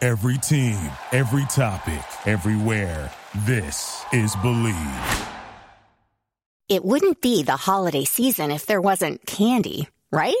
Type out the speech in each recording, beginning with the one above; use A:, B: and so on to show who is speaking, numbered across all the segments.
A: Every team, every topic, everywhere. This is Believe.
B: It wouldn't be the holiday season if there wasn't candy, right?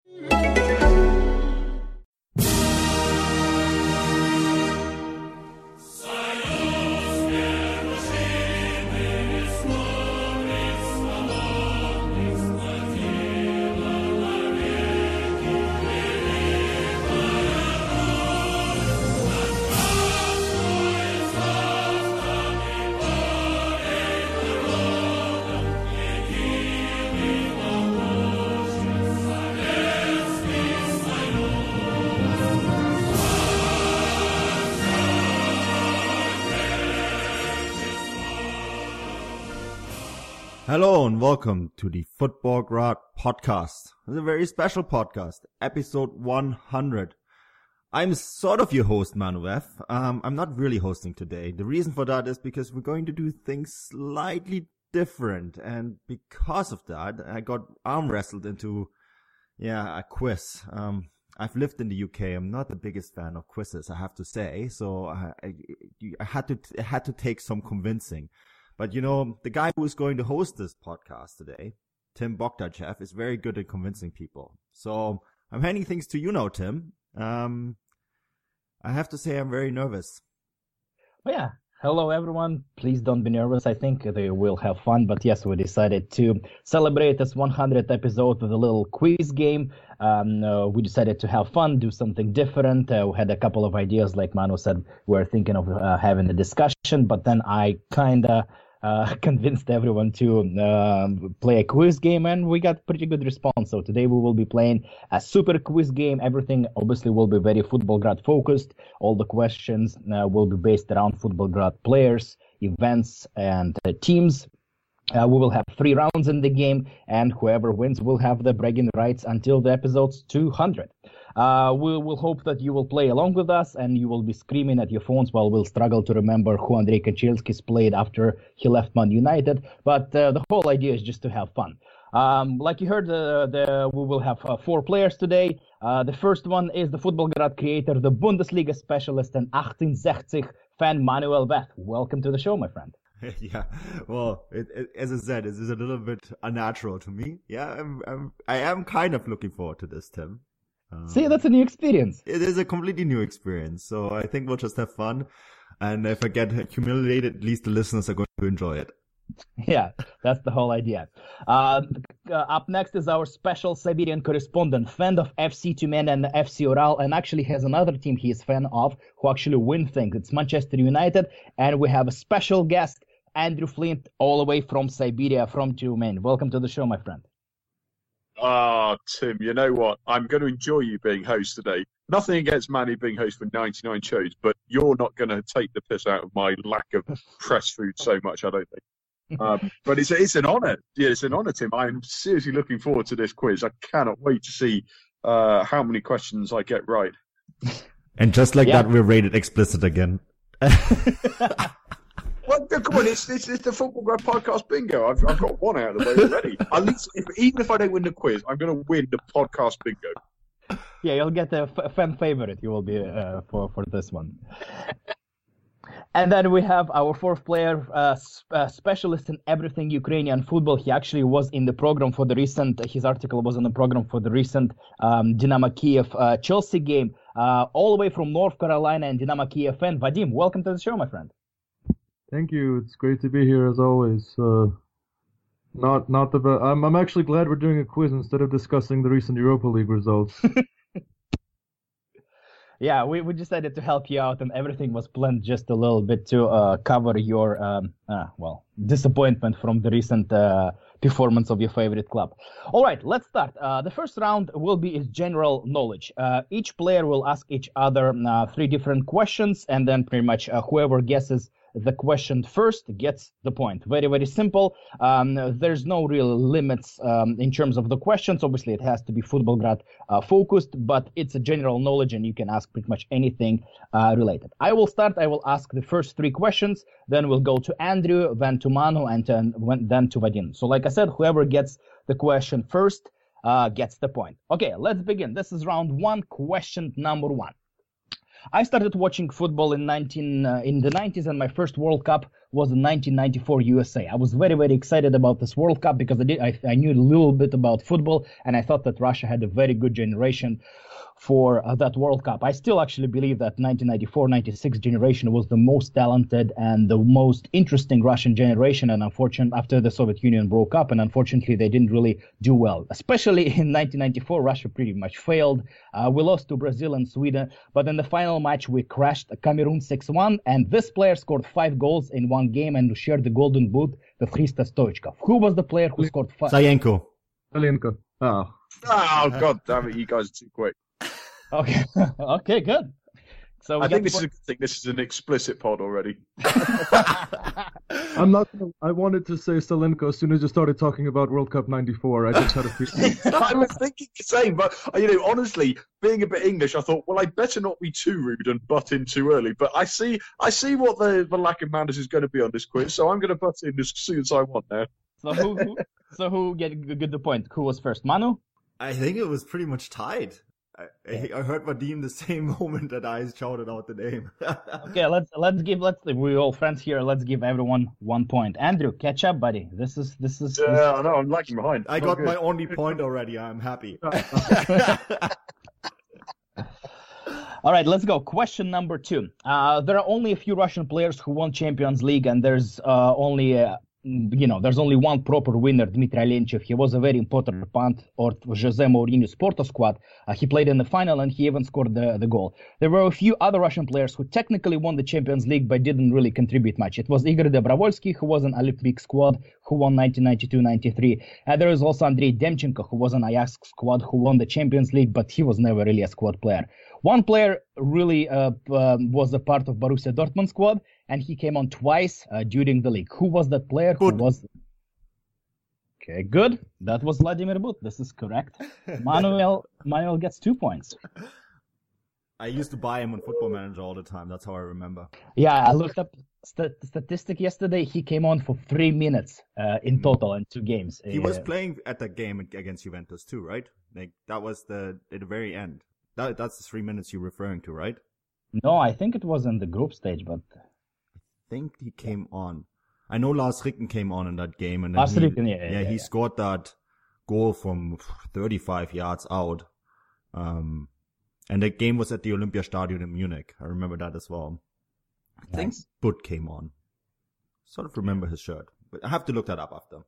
C: Hello and welcome to the Football Grad podcast. It's a very special podcast, episode 100. I'm sort of your host, Manuev. Um, I'm not really hosting today. The reason for that is because we're going to do things slightly different. And because of that, I got arm wrestled into, yeah, a quiz. Um, I've lived in the UK. I'm not the biggest fan of quizzes, I have to say. So uh, I, I, I had to, I had to take some convincing. But you know, the guy who is going to host this podcast today, Tim Bogdachev, is very good at convincing people. So I'm handing things to you now, Tim. Um, I have to say I'm very nervous.
D: Oh, yeah. Hello, everyone. Please don't be nervous. I think they will have fun. But yes, we decided to celebrate this 100th episode with a little quiz game. Um, uh, we decided to have fun, do something different. Uh, we had a couple of ideas, like Manu said, we were thinking of uh, having a discussion, but then I kind of uh, convinced everyone to uh, play a quiz game, and we got pretty good response. So today we will be playing a super quiz game. Everything obviously will be very football grad focused. All the questions uh, will be based around football grad players, events, and uh, teams. Uh, we will have three rounds in the game, and whoever wins will have the bragging rights until the episode's 200. Uh, we will hope that you will play along with us and you will be screaming at your phones while we'll struggle to remember who Andrei Kaczynskis played after he left Man United. But uh, the whole idea is just to have fun. Um, like you heard, uh, the, we will have uh, four players today. Uh, the first one is the Football Grad creator, the Bundesliga specialist, and 1860 fan Manuel Beth. Welcome to the show, my friend.
C: yeah. Well, it, it, as I said, it is a little bit unnatural to me. Yeah, I'm, I'm, I am kind of looking forward to this, Tim. Um,
D: See, that's a new experience.
C: it is a completely new experience. So I think we'll just have fun. And if I get humiliated, at least the listeners are going to enjoy it.
D: Yeah, that's the whole idea. Uh, uh, up next is our special Siberian correspondent, fan of FC Tumen and FC Ural, and actually has another team he is fan of who actually win things. It's Manchester United, and we have a special guest, Andrew Flint, all the way from Siberia, from Tumen. Welcome to the show, my friend.
E: Ah, Tim, you know what? I'm going to enjoy you being host today. Nothing against Manny being host for 99 shows, but you're not going to take the piss out of my lack of press food so much, I don't think. Um, but it's it's an honour. Yeah, it's an honour, Tim. I'm seriously looking forward to this quiz. I cannot wait to see uh, how many questions I get right.
C: And just like
D: Yeah.
C: that, we're rated explicit again.
E: Well, no, come on, it's, it's, it's the Football Grad Podcast bingo. I've, I've got one out of the way already. At least, if, even if I don't win the quiz, I'm going to win the podcast bingo.
D: Yeah, you'll get a f- fan favorite. You will be uh, for for this one. And then we have our fourth player, uh, s- uh, specialist in everything Ukrainian football. He actually was in the program for the recent. His article was in the program for the recent um, Dynamo Kiev uh, Chelsea game, uh, all the way from North Carolina and Dynamo Kiev fan Vadim. Welcome to the show, my friend.
F: Thank you. It's great to be here as always. Uh, not not the be- I'm I'm actually glad we're doing a quiz instead of discussing the recent Europa League results.
D: Yeah, we, we decided to help you out, and everything was planned just a little bit to uh, cover your um, uh, well disappointment from the recent uh, performance of your favorite club. All right, let's start. Uh, the first round will be is general knowledge. Uh, each player will ask each other uh, three different questions, and then pretty much uh, whoever guesses the question first gets the point. Very, very simple. Um, there's no real limits um, in terms of the questions. Obviously, it has to be football grad uh, focused, but it's a general knowledge and you can ask pretty much anything uh, related. I will start. I will ask the first three questions, then we'll go to Andrew, then to Manu, and then, then to Vadim. So, like I said, whoever gets the question first uh, gets the point. Okay, let's begin. This is round one, question number one. I started watching football in 19 uh, in the 90s, and my first World Cup was in 1994 USA. I was very very excited about this World Cup because I did I, I knew a little bit about football, and I thought that Russia had a very good generation for uh, that World Cup. I still actually believe that 1994-96 generation was the most talented and the most interesting Russian generation. And unfortunately, after the Soviet Union broke up, and unfortunately they didn't really do well. Especially in 1994, Russia pretty much failed. Uh, we lost to Brazil and Sweden, but in the final match we crashed Cameroon 6-1, and this player scored five goals in one game and shared the golden boot with Hrista Stoichkov. Who was the player who scored five?
C: Sayenko.
F: Alenka. Oh.
E: Oh god damn it, you guys are too quick.
D: Okay, okay, good. So we
E: I
D: got
E: think this is a good thing. This is an explicit pod already.
F: I'm not. Gonna, I wanted to say Salenko as soon as you started talking about World Cup '94. I just had a feeling.
E: I was thinking the same, but you know, honestly, being a bit English, I thought, well, I better not be too rude and butt in too early. But I see, I see what the, the lack of manners is going to be on this quiz, so I'm going to butt in as soon as I want now.
D: So who, who so who get get the point? Who was first, Manu?
C: I think it was pretty much tied. I, I, I heard Vadim the same moment that I shouted out the name.
D: Okay, let's let's give let's we all friends here. Let's give everyone one point. Andrew, catch up, buddy. This is this is. this-
E: Yeah, I know, I'm lagging behind.
C: I
E: Not
C: got
E: good.
C: my only point already. I'm happy.
D: All right, let's go. Question number two. Uh, there are only a few Russian players who won Champions League, and there's uh, only. Uh, you know, there's only one proper winner, Dmitry Alenchev. He was a very important part of Jose Mourinho's Porto squad. Uh, he played in the final and he even scored the, the goal. There were a few other Russian players who technically won the Champions League but didn't really contribute much. It was Igor Dobrovolsky, who was an Olympic squad, who won 1992-93. And Uh, there is also Andrei Demchenko, who was an Ajax squad, who won the Champions League, but he was never really a squad player. One player really uh, p- um, was a part of Borussia Dortmund squad, and he came on twice uh, during the league. Who was that player? Who
C: Good.
D: was... Okay, good. That was Vladimir But. This is correct. Manuel Manuel gets two points.
C: I used to buy him on Football Manager all the time. That's how I remember.
D: Yeah, I looked up st- statistic yesterday. He came on for three minutes uh, in total in two games.
C: He was
D: Uh,
C: playing at that game against Juventus too, right? Like that was the at the very end. That that's the three minutes you're referring to, right?
D: no, I think it was in the group stage, but
C: think he came on. I know Lars Ricken came on in that game, and then
D: Lars
C: he,
D: Ricken, yeah, yeah,
C: he
D: yeah.
C: scored that goal from 35 yards out. Um, and that game was at the Olympiastadion in Munich. I remember that as well. I think
D: Nice.
C: Butt came on. Sort of remember his shirt, but I have to look that up after.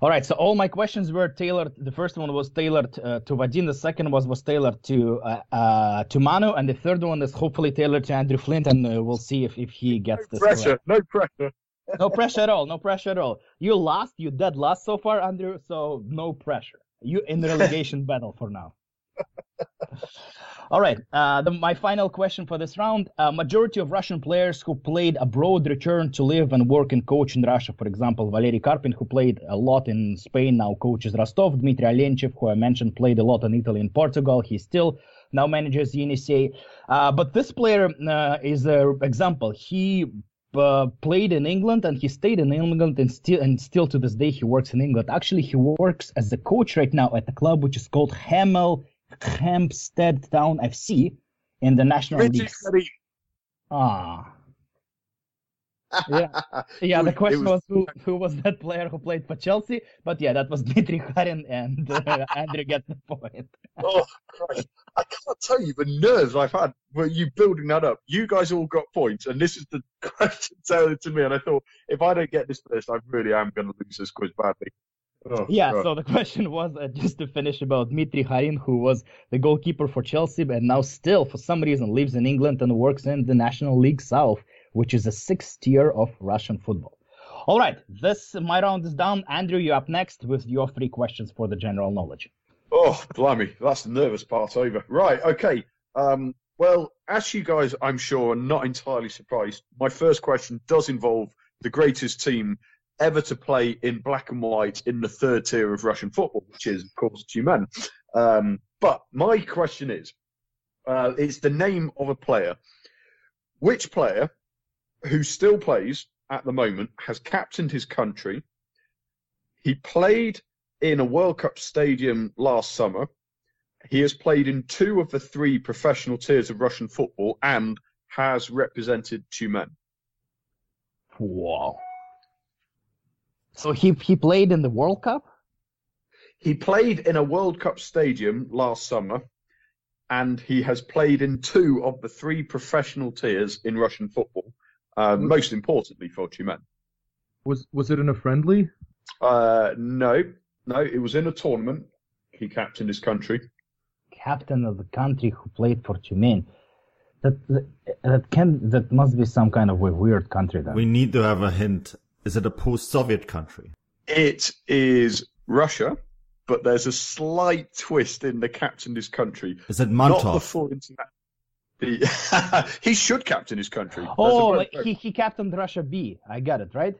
D: all right. So all my questions were tailored. The first one was tailored uh, to Vadim. The second was was tailored to uh, uh, to Manu, and the third one is hopefully tailored to Andrew Flint, and uh, we'll see if, if he gets this. correct.
E: Pressure, no pressure.
D: No pressure at all. No pressure at all. You lost. You dead last so far, Andrew. So no pressure. You in the relegation battle for now. all right. Uh, the, my final question for this round: uh, Majority of Russian players who played abroad returned to live and work and coach in Russia. For example, Valery Karpin, who played a lot in Spain, now coaches Rostov. Dmitry Alenchev, who I mentioned, played a lot in Italy and Portugal. He still now manages Yenisei. Uh, but this player uh, is an example. He uh, played in England and he stayed in England and still and still to this day he works in England. Actually, he works as a coach right now at a club which is called Hemel Hempstead Town FC in the National
E: Richie
D: League.
E: Freddie.
D: Ah. yeah, yeah. The
E: It
D: question was,
E: was-
D: who, who was that player who played for Chelsea? But yeah, that was Dmitry Harin and uh, Andrew get the point.
E: Oh, Christ. I can't tell you the nerves I've had were you building that up. You guys all got points, and this is the question tailored to me. And I thought, if I don't get this first, I really am going to lose this quiz badly. Oh,
D: Yeah,
E: God.
D: so the question was uh, just to finish about Dmitry Harin, who was the goalkeeper for Chelsea and now still, for some reason, lives in England and works in the National League South, which is the sixth tier of Russian football. All right, this my round is down. Andrew, you're up next with your three questions for the general knowledge.
E: Oh, blimey, that's the nervous part over. Right, okay. Um, Well, as you guys, I'm sure, are not entirely surprised, my first question does involve the greatest team ever to play in black and white in the third tier of Russian football, which is, of course, Tumen. Um, but my question is uh, it's the name of a player. Which player who still plays at the moment has captained his country? He played in a World Cup stadium last summer. He has played in two of the three professional tiers of Russian football and has represented Tumen.
D: Wow. So he he played in the World Cup.
E: He played in a World Cup stadium last summer, and he has played in two of the three professional tiers in Russian football. Uh, most importantly for Tumen.
F: Was was it in a friendly?
E: Uh, no, no, it was in a tournament. He captained his country.
D: Captain of the country who played for Tumen. That, that that can that must be some kind of a weird country then.
C: We need to have a hint. Is it a post-Soviet country?
E: It is Russia, but there's a slight twist in the captained his country.
C: Is it
E: Not
C: Mantov?
E: before international. The- he should captain his country. That's a
D: oh,
E: great
D: like
E: joke.
D: he he captained Russia B. I got it right.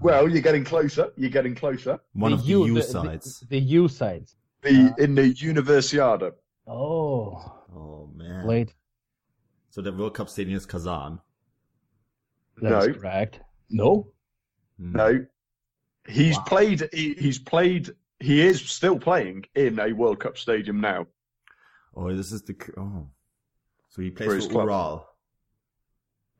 E: Well, you're getting closer. You're getting closer.
C: One of the
D: U-
C: U sides.
D: The, the U sides.
E: The in the Universiada.
D: Oh,
C: oh man!
D: played.
C: So the World Cup stadium is Kazan.
D: That's
E: No.
D: correct. No.
C: Hmm.
E: No, he's
D: Wow.
E: played. He, he's played. He is still playing in a World Cup stadium now.
C: Oh, this is the oh. So he
E: For
C: plays
E: his
C: for
E: club.
C: Ural.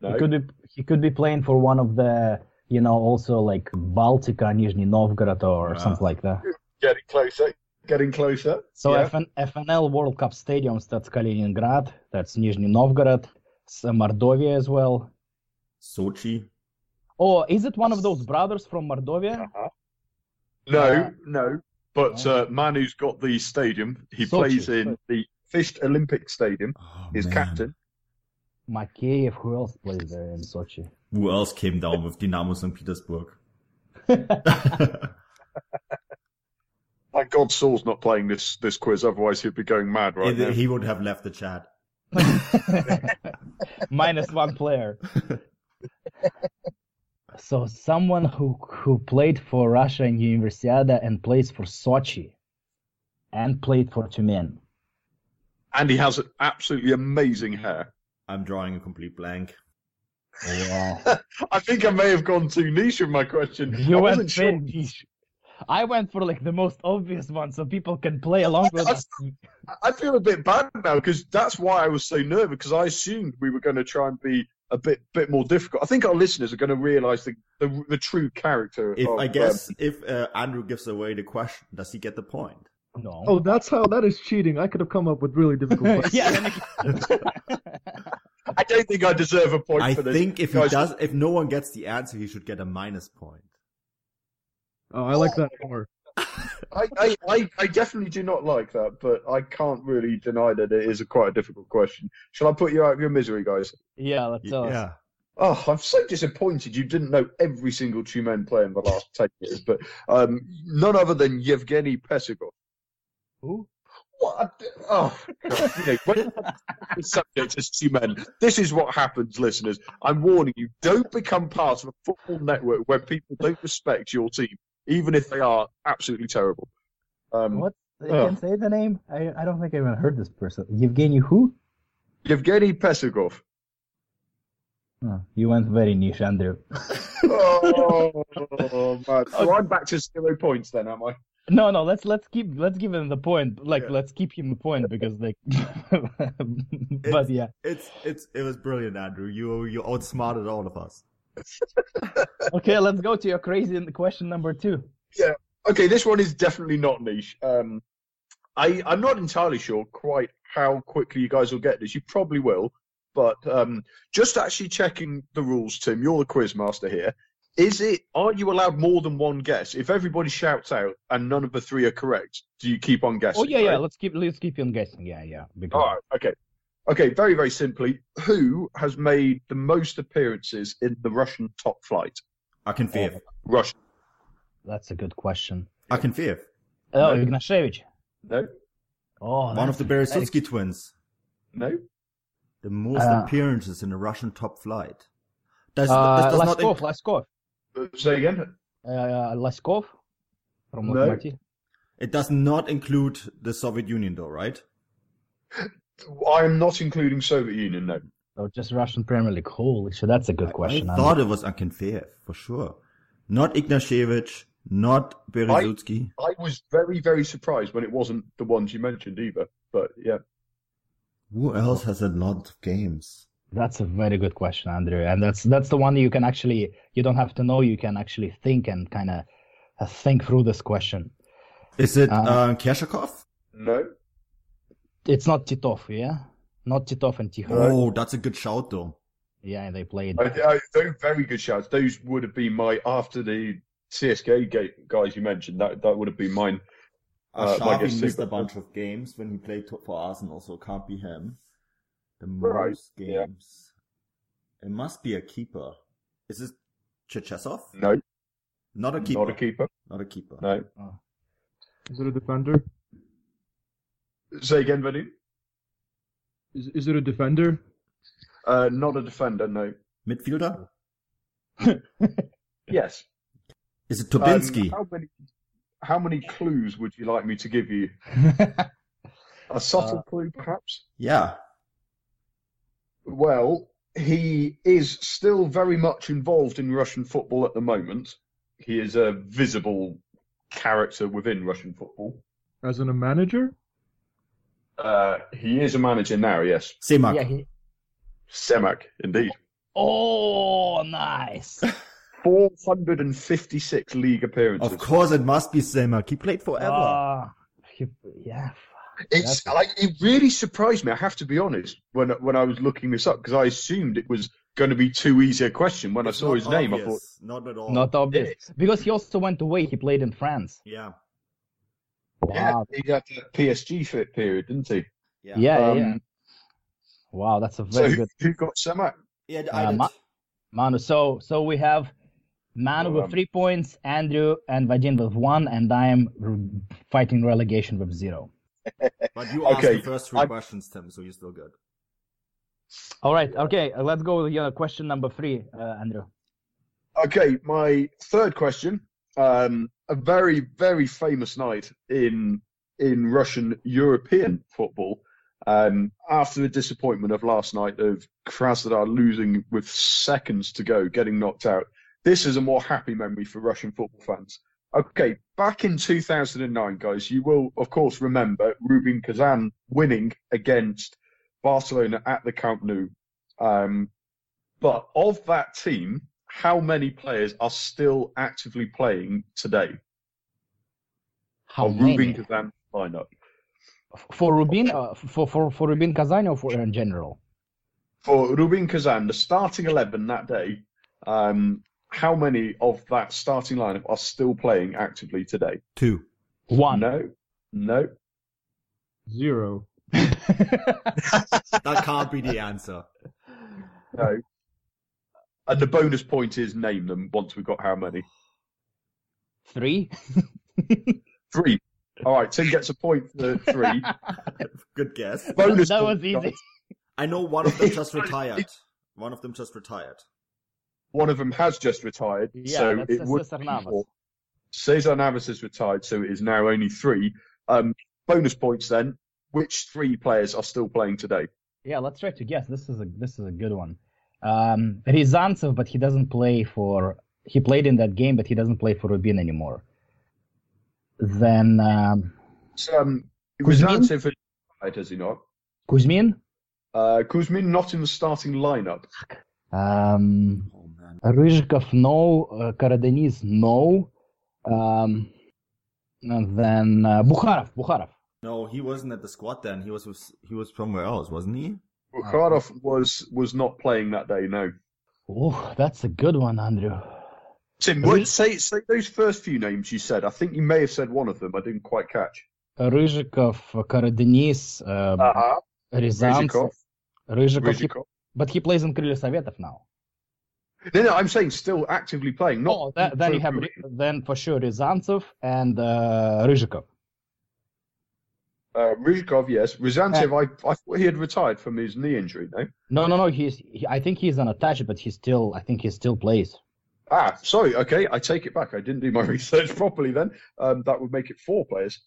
E: No.
D: He could be he could be playing for one of the you know also like Baltica, Nizhny Novgorod or
C: Ah.
D: something like that.
E: Getting closer. Getting closer.
D: So
E: Yeah.
D: FN, FNL World Cup stadiums that's Kaliningrad, that's Nizhny Novgorod, s- Mordovia as well.
C: Sochi.
D: Oh, is it one of those brothers from Mordovia?
E: Uh-huh. No,
D: Yeah.
E: no. But
D: Yeah.
E: uh, Manu's got the stadium. He
D: Sochi.
E: plays in the Fisht Olympic Stadium.
C: Oh,
E: He's
C: man.
E: captain.
D: Makeyev, who else plays there in Sochi?
C: Who else came down with Dinamo St. Petersburg?
E: Thank God Saul's not playing this this quiz, otherwise he'd be going mad right
C: Either
E: now.
C: he would have left the chat.
D: Minus one player. so someone who who played for Russia in Universiada and plays for Sochi, and played for Tumen.
E: And he has an absolutely amazing hair.
C: I'm drawing a complete blank.
D: Wow.
E: I think I may have gone too niche with my question.
D: You
E: I
D: went
E: wasn't sure.
D: very niche. I went for like the most obvious one, so people can play along with us.
E: I- I feel a bit bad now because that's why I was so nervous because I assumed we were going to try and be a bit bit more difficult. I think our listeners are going to realise the, the the true character.
C: If
E: of,
C: I
E: um,
C: guess if uh, Andrew gives away the question, does he get the point?
D: No.
F: Oh, that's how that is cheating. I could have come up with really difficult. questions.
D: yeah. then it-
E: um, I don't think I deserve a point
C: I
E: for this.
C: think if he
E: Guys,
C: does, if no one gets the answer, he should get a minus point.
F: Oh, I like that more.
E: I, I, I, I definitely do not like that, but I can't really deny that it is a quite a difficult question. Shall I put you out of your misery, guys?
D: yeah. Let's tell us.
C: yeah.
E: Oh, I'm so disappointed you didn't know every single Tumen player in the last 10 years, but um, none other than Yevgeny Pesigov.
D: Who?
E: What? a- Oh, God. You know, when the subject is Tumen, this is what happens, listeners. I'm warning you, don't become part of a football network where people don't respect your team, even if they are absolutely terrible. Um,
D: What? You
E: Oh.
D: can say the name. I I don't think I even heard this person. Evgeny who?
E: Yevgeny Pesigov.
D: Oh, you went very niche, Andrew.
E: oh, man. So I'm back to zero points then, am I?
D: No, no. Let's let's keep let's give him the point. Like
C: Yeah.
D: let's keep him the point because like. but
C: It's-
D: yeah.
C: It's it's it was brilliant, Andrew. You you outsmarted all of us.
D: Okay. Let's go to your crazy question number two.
E: Okay, this one is definitely not niche. Um, I, I'm not entirely sure quite how quickly you guys will get this. You probably will, but um, just actually checking the rules, Tim. You're the quiz master here. Is it? Are you allowed more than one guess? If everybody shouts out and none of the three are correct, do you keep on guessing?
D: Oh yeah, yeah.
E: right?
D: Let's keep let's keep on guessing. Yeah, yeah. Because
E: All right. Okay. Okay. Very, very simply, who has made the most appearances in the Russian top flight?
D: Oh,
C: Akinfeev.
E: Russian.
D: that's a good question.
C: Akinfeev.
D: Oh,
E: No.
D: Ignashevich.
E: No,
D: Oh,
C: One of
D: that's
C: the
D: very-
C: Berestutsky twins.
E: no.
C: The most
D: Uh,
C: appearances in the Russian top flight. Does,
D: Uh,
C: this does not
D: Laskov,
C: inc-
D: Laskov.
E: Say again.
D: Uh, Laskov from
E: No.
D: Lokomotiv.
C: it does not include the Soviet Union, though, right?
E: I am not including Soviet Union. No.
D: So just Russian Premier League. Holy shit, that's a good question.
C: I
D: I'm-
C: thought it was Akinfeev for sure. Not Ignashevich, not Berezutski.
E: I was very, very surprised when it wasn't the ones you mentioned either. But yeah,
C: Who else has a lot of games?
D: That's a very good question, Andrew, and that's that's the one you can actually you don't have to know. You can actually think and kind of uh, think through this question.
C: Is it
D: Uh,
C: uh, Kershakov?
E: no.
D: It's not Titov, yeah, not Titov and Tikhon.
C: Oh, that's a good shout, though.
D: Yeah, they played.
E: I, I, those very good shouts. Those would have been my after the CSK gate guys you mentioned. That that would have been mine. Uh,
C: Ashavi
E: like a super-
C: missed a bunch of games when he played to- for Arsenal, so it can't be him. The most
E: Right, yeah.
C: games. It must be a keeper. Is it Chechesov?
E: No,
C: Not a keeper.
E: not a keeper.
C: Not a keeper.
E: No.
F: Is it a defender?
E: Say again, Venu.
F: Is, is it a defender?
E: Uh, not a defender. No.
C: Midfielder?
E: Yes.
C: Is it
E: Um,
C: Tobinski?
E: how many? How many clues would you like me to give you? A subtle clue, perhaps.
C: yeah.
E: Well, he is still very much involved in Russian football at the moment. He is a visible character within Russian football.
F: As in a manager?
E: Uh, he is a manager now, yes.
C: Semak.
D: yeah, he...
E: Semak, indeed.
D: Oh, nice.
E: 456 league appearances.
C: Of course, it must be Semak. He played forever.
D: Ah, he- yeah.
E: It's
D: That's-
E: like it really surprised me. I have to be honest when when I was looking this up because I assumed it was going to be too easy a question. When
C: It's
E: I saw
C: not
E: his name, I thought,
C: obvious. Not at
E: Oh,
C: all.
D: Not obvious
E: It
D: because he also went away. He played in France.
C: Yeah.
E: yeah,
D: Wow.
E: he had that PSG fit period, didn't he?
C: Yeah.
D: Yeah, yeah.
E: Um,
D: Wow, that's a
E: So
D: very
E: who,
D: good
E: who got Semak?
C: Yeah, I
D: Uh,
C: did.
D: Ma- Manu. So, so we have Manu
E: Well,
D: with
E: um,
D: three points, Andrew and Vadim with one, and I am r- fighting relegation with zero.
C: but you asked
E: okay,
C: the first three
E: I'm-
C: questions, Tim, so you're still good.
D: All right. Okay. uh, Let's go with your question number three, uh, Andrew.
E: Okay, my third question. Um, a very, very famous night in in Russian European football. Um, after the disappointment of last night of Krasnodar losing with seconds to go, getting knocked out, this is a more happy memory for Russian football fans. Okay, back in 2009, guys, you will of course remember Rubin Kazan winning against Barcelona at the Camp Nou. Um, but of that team, how many players are still actively playing today?
D: How
E: of
D: many
E: Rubin Kazan lineup?
D: for Rubin? Uh, for for for Rubin Kazan or for uh, in general?
E: For Rubin Kazan, the starting 11 that day, um, how many of that starting lineup are still playing actively today?
C: Two.
D: One.
E: No, no.
F: Zero.
C: That can't be the answer.
E: No. And the bonus point is name them once we've got how many.
D: Three.
E: Three. All right, Tim gets a point for three.
C: Good guess.
E: bonus
D: that
E: point,
D: was easy.
E: guys.
C: I know one of them just retired. One of them just retired.
E: One of them has just retired,
D: Yeah,
E: so
D: that's
E: it would
D: Cesar
E: be
D: Navas.
E: four. Cesar Navas is retired, so it is now only three. Um, bonus points then. Which three players are still playing today?
D: Yeah, let's try to guess. This is a this is a good one. Um, Ryazantsev, but he doesn't play for. He played in that game, but he doesn't play for Rubin anymore. Then um,
E: So, um, it was
D: Kuzmin?
E: Nancy for retired, has he not?
D: Kuzmin,
E: Uh, Kuzmin not in the starting lineup.
D: um,
C: Oh man.
D: Ryzhikov, no. Uh, Karadeniz, no. Um, and then uh, Bukharov, Bukharov.
C: No, he wasn't at the squad then. He was with, he was somewhere else, wasn't he?
E: Bukharov was was not playing that day. No.
D: Oh, that's a good one, Andrew.
E: Tim,
D: Really?
E: what, say say those first few names you said. I think you may have said one of them. I didn't quite catch.
D: Ryzhikov, uh, Karadeniz, um,
E: Uh huh.
D: Ryazantsev, Ryzhikov. He-
E: Rizikov.
D: But he plays in Krylia Sovetov now.
E: No, no, I'm saying still actively playing. Not
D: oh, that, then you have then for sure Ryazantsev and uh, Ryzhikov.
E: Uh, Ruzhkov, yes. Ryzantiev, I, I thought he had retired from his knee injury, no?
D: No, no, no. He's. He, I think he's unattached, but he's still. I think he still plays.
E: Ah, sorry. Okay, I take it back. I didn't do my research properly then. Um, that would make it four players.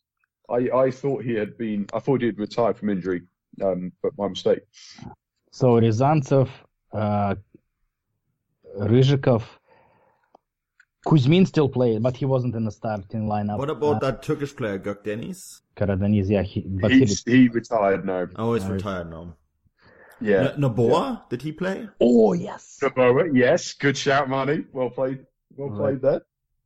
E: I, I thought he had been. I thought he had retired from injury, um, but my mistake.
D: So Ryzantsev, uh, Ryzhikov, Kuzmin still played, but he wasn't in the starting lineup.
C: What about that Turkish player, Gök Deniz?
D: Karadeniz, yeah, he, but he,
E: He's, he retired now.
C: Oh,
D: uh,
C: he's retired now.
E: Yeah.
C: N- Noboa? Did he play?
D: oh yes,
E: Saboa, yes. Good shout, Manny. Well played. Well
D: Right.
E: played there.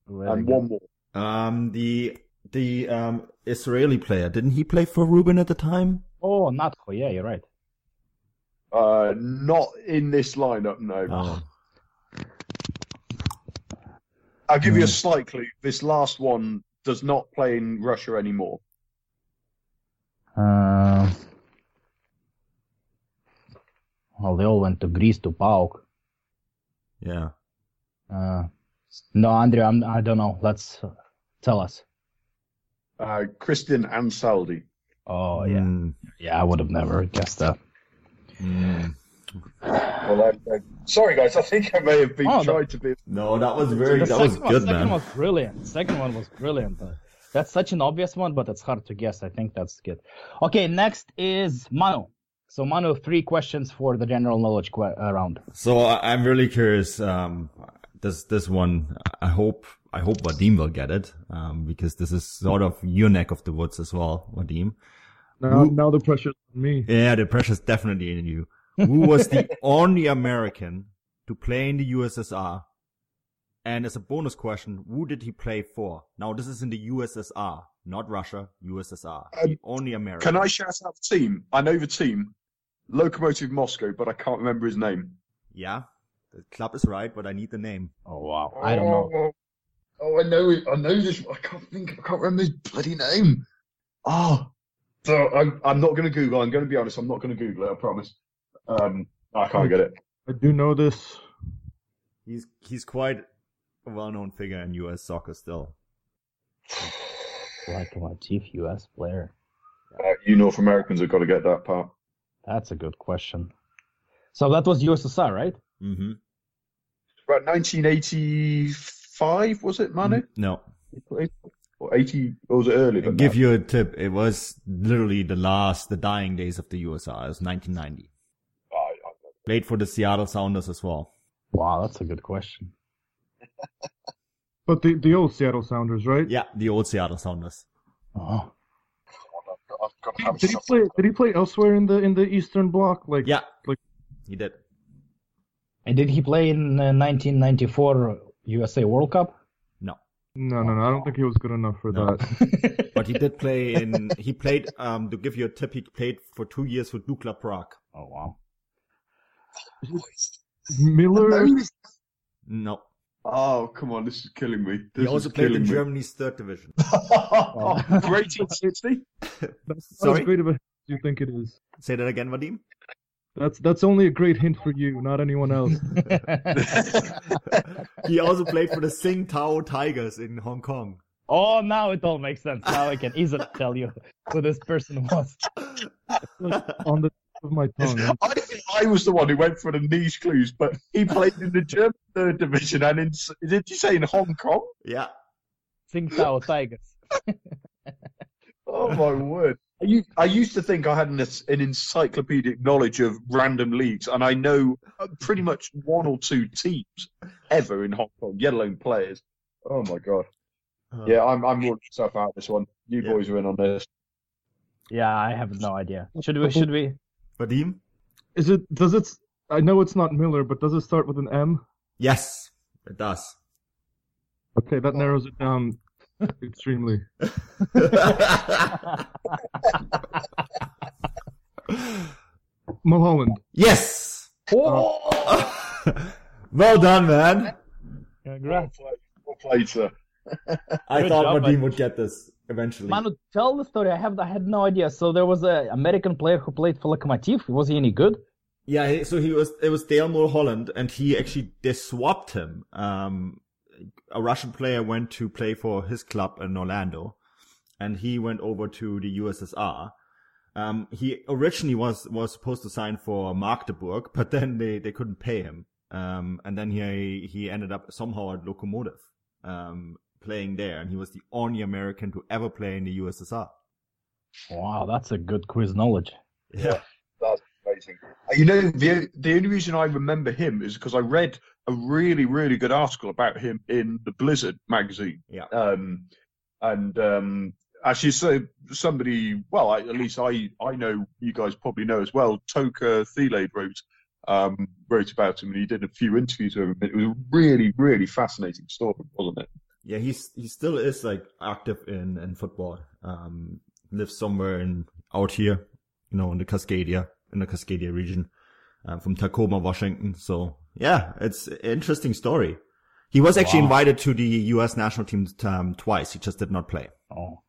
D: Very
E: and
D: good.
E: one more.
C: Um, the the um Israeli player didn't he play for Ruben at the time?
D: Oh, Natko, yeah, you're right.
E: Uh, not in this lineup, no.
C: Oh,
E: I'll give you a
D: Hmm.
E: slight clue. This last one does not play in Russia anymore.
D: Uh, well, they all went to Greece to Pauk.
C: yeah.
D: Uh, no, Andrew, I'm, I don't know. Let's tell us.
E: Uh, Christian Ansaldi.
D: Oh yeah,
C: Mm,
D: yeah. I would have never guessed that.
C: mm.
E: Well, I- I- sorry, guys. I think I may have been
D: Oh, no.
E: trying to be.
C: No, that was very
D: The
C: that was
D: second one-
C: good,
D: second
C: man.
D: was brilliant. Second one was brilliant. Uh, That's such an obvious one, but it's hard to guess. I think that's good. Okay, next is Manu. So Manu, three questions for the general knowledge que- uh, round.
C: So I, I'm really curious. Um, this this one, I hope I hope Vadim will get it. Um, because this is sort of your neck of the woods as well, Vadim.
F: Now,
C: Who-
F: now the pressure's on me.
C: Yeah, the pressure's definitely in you. Who was the only American to play in the USSR? And as a bonus question, who did he play for? Now this is in the USSR, not Russia. USSR. the only American.
E: Uh, Can I shout out the team? I know the team. Locomotive Moscow, but I can't remember his name.
C: Yeah, the club is right, but I need the name.
D: Oh wow, I don't know.
E: Oh, oh, I know. it. I know this. I can't think. I can't remember his bloody name. Oh, so I'm. I'm not going to Google. I'm going to be honest. I'm not going to Google it. I promise. Um, I can't get it.
F: I do know this.
C: He's he's quite a well-known figure in U.S. soccer still.
D: Like Latif, U.S. player.
E: Uh, you North Americans have got to get that part.
D: That's a good question. So that was USSR, right?
C: Mm-hmm.
E: About 1985 was it, Manu?
C: No,
D: Mm-hmm.
E: Or 80? Or was it earlier?
C: I'll
E: than
C: give
E: that?
C: you a tip. It was literally the last, the dying days of the USSR. It was 1990.
E: I- I-
C: Played for the Seattle Sounders as well.
D: Wow, that's a good question.
F: But the, the old Seattle Sounders, right?
C: Yeah, the old Seattle Sounders.
D: Oh,
E: I've got to have
F: Did he
E: some-
F: play? Did he play elsewhere in the in the Eastern Bloc? Like
C: Yeah,
F: Like-
C: he did.
D: and did he play in uh, 1994 USA World Cup?
C: No,
F: No, no, no. I don't think he was good enough for
C: No.
F: that.
C: but he did play in. he played. Um, to give you a tip, he played for two years for Dukla Prague.
D: Oh wow.
F: Miller.
C: No,
E: Oh, come on. This is killing me. This
C: he also
E: is
C: played in
E: killing me.
C: Germany's third division.
E: Oh, for 1860?
F: That's not
C: Sorry?
F: as great of a hint as you think it is.
C: Say that again, Vadim.
F: That's that's only a great hint for you, not anyone else.
C: He also played for the Sing Tao Tigers in Hong Kong.
D: Oh, now it all makes sense. Now I can easily tell you who this person was.
F: on the tip of my tongue.
E: I think I was the one who went for the niche clues, but he played in the German third division and in, did you say in Hong Kong?
C: Yeah.
D: Sing Tao Tigers.
E: Oh my word! I used, I used to think I had an, an encyclopedic knowledge of random leagues, and I know uh, pretty much one or two teams ever in Hong Kong, let alone players. Oh my god!
F: Oh.
C: Uh,
E: Yeah, I'm I'm ruling myself out of this one. You
C: Yeah.
E: boys are in on this.
D: Yeah, I have no idea. Should we? Should we?
C: Vadim?
F: Is it? Does it? I know it's not Miller, but does it start with an M?
C: Yes, it does.
F: Okay, that narrows it down extremely. Mulholland.
C: yes!
D: Oh,
C: well done, man.
D: congrats.
E: Well played, sir.
C: I
D: Good
C: thought
D: job,
C: Vadim
D: Vadim.
C: would get this eventually.
D: Manu, tell the story. I have I had no idea. So there was a American player who played for Lokomotiv. Was he any good?
C: Yeah, he- so he was, it was Dale Mulholland, and he actually, they swapped him. Um, a Russian player went to play for his club in Orlando. and he went over to the USSR. Um, he originally was, was supposed to sign for Magdeburg, but then they, they couldn't pay him. Um, and then he, he ended up somehow at Lokomotiv, um, playing there. And he was the only American to ever play in the USSR.
D: Wow, that's a good quiz knowledge.
C: Yeah.
E: That's amazing. Uh, You know, the the only reason I remember him is because I read a really really good article about him in the Blizzard magazine.
C: Yeah.
E: Um, and um, actually, so somebody, well, I, at least I I know you guys probably know as well. Toker Thiele wrote um, wrote about him, and he did a few interviews with him. It was a really really fascinating story, wasn't it?
C: Yeah. He's, he still is like active in, in football. Um, lives somewhere in, out here, you know, in the Cascadia, in the Cascadia region, uh, from Tacoma, Washington. So yeah, it's an interesting story. He was actually
D: Wow.
C: invited to the U.S. national team um, twice. He just did not play.
D: Oh.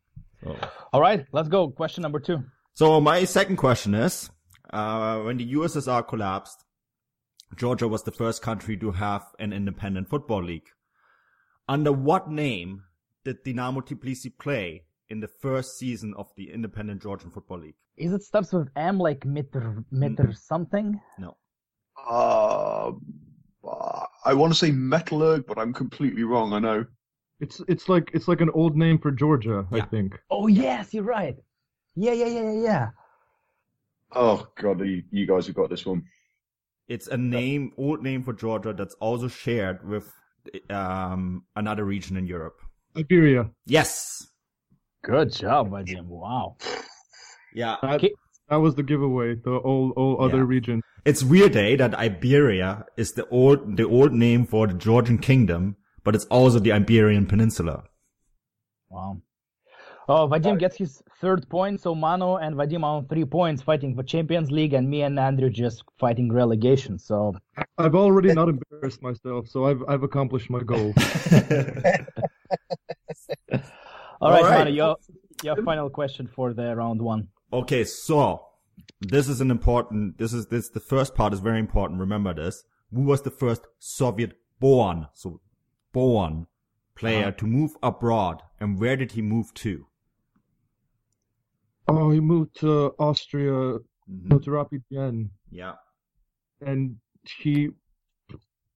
D: All right, let's go. Question number two.
C: So my second question is, uh, when the USSR collapsed, Georgia was the first country to have an independent football league. Under what name did Dinamo Tbilisi play in the first season of the independent Georgian football league?
D: Is it starts with M like meter meter something?
C: No.
E: Um, Uh, I want to say Metalurg, but I'm completely wrong. I know.
F: It's it's like it's like an old name for Georgia, I think.
D: Oh yes, you're right. Yeah, yeah, yeah, yeah, yeah.
E: Oh God, you, you guys have got this one.
C: It's a name, old name for Georgia that's also shared with, um, another region in Europe.
F: Iberia.
C: Yes.
D: Good job, Vadim. Wow.
C: Yeah.
F: That,
D: Okay.
F: that was the giveaway. The old old other
C: Yeah.
F: region.
C: It's weird, eh, that Iberia is the old the old name for the Georgian kingdom, but it's also the Iberian Peninsula.
D: Wow. Oh, Vadim gets his third point, so Mano and Vadim are on three points fighting for Champions League, and me and Andrew just fighting relegation. So
F: I've already not embarrassed myself, so I've I've accomplished my goal.
D: all right,
C: right.
D: Mano, your your final question for the round one.
C: Okay, so this is an important this is this the first part is very important, remember this. Who was the first Soviet born so born player to move abroad and where did he move to?
F: oh, he moved to Austria,
C: Mhm.
F: to Rapid Wien,
C: Yeah.
F: and he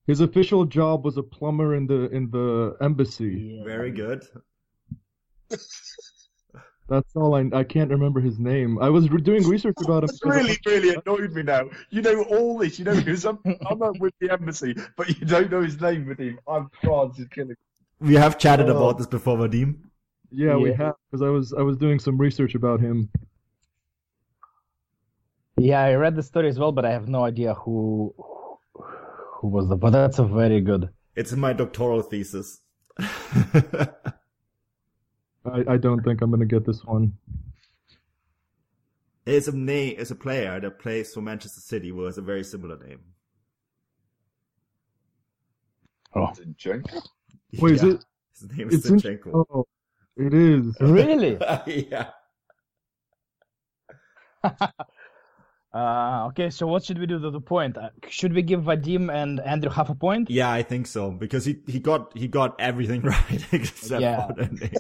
F: his official job was a plumber in the in the embassy.
C: Very good.
F: That's all I I can't remember his name. I was re- doing research about him.
E: That's
F: because I-
E: really, really annoyed me now. You know all this. You know because I'm, I'm up with the embassy, but you don't know his name with him. I'm God, is killing.
C: We have chatted
F: Oh.
C: about this before, Vadim.
F: Yeah, we
D: Yeah.
F: have because I was I was doing some research about him.
D: Yeah, I read the story as well, but I have no idea who who was the. But that's a very good.
C: It's in my doctoral thesis.
F: I, I don't think I'm gonna get this one.
C: It's a name, it's a player that plays for Manchester City who has a very similar name.
D: Oh,
E: Zinchenko.
F: Wait, is it-
C: His name is
F: it's Oh. in-
C: Zinchenko.
F: Oh, it is.
D: really?
C: yeah.
D: Uh, okay, so what should we do to the point? Uh, should we give Vadim and Andrew half a point?
C: Yeah, I think so. Because he, he got he got everything right except
D: Yeah.
C: for the name.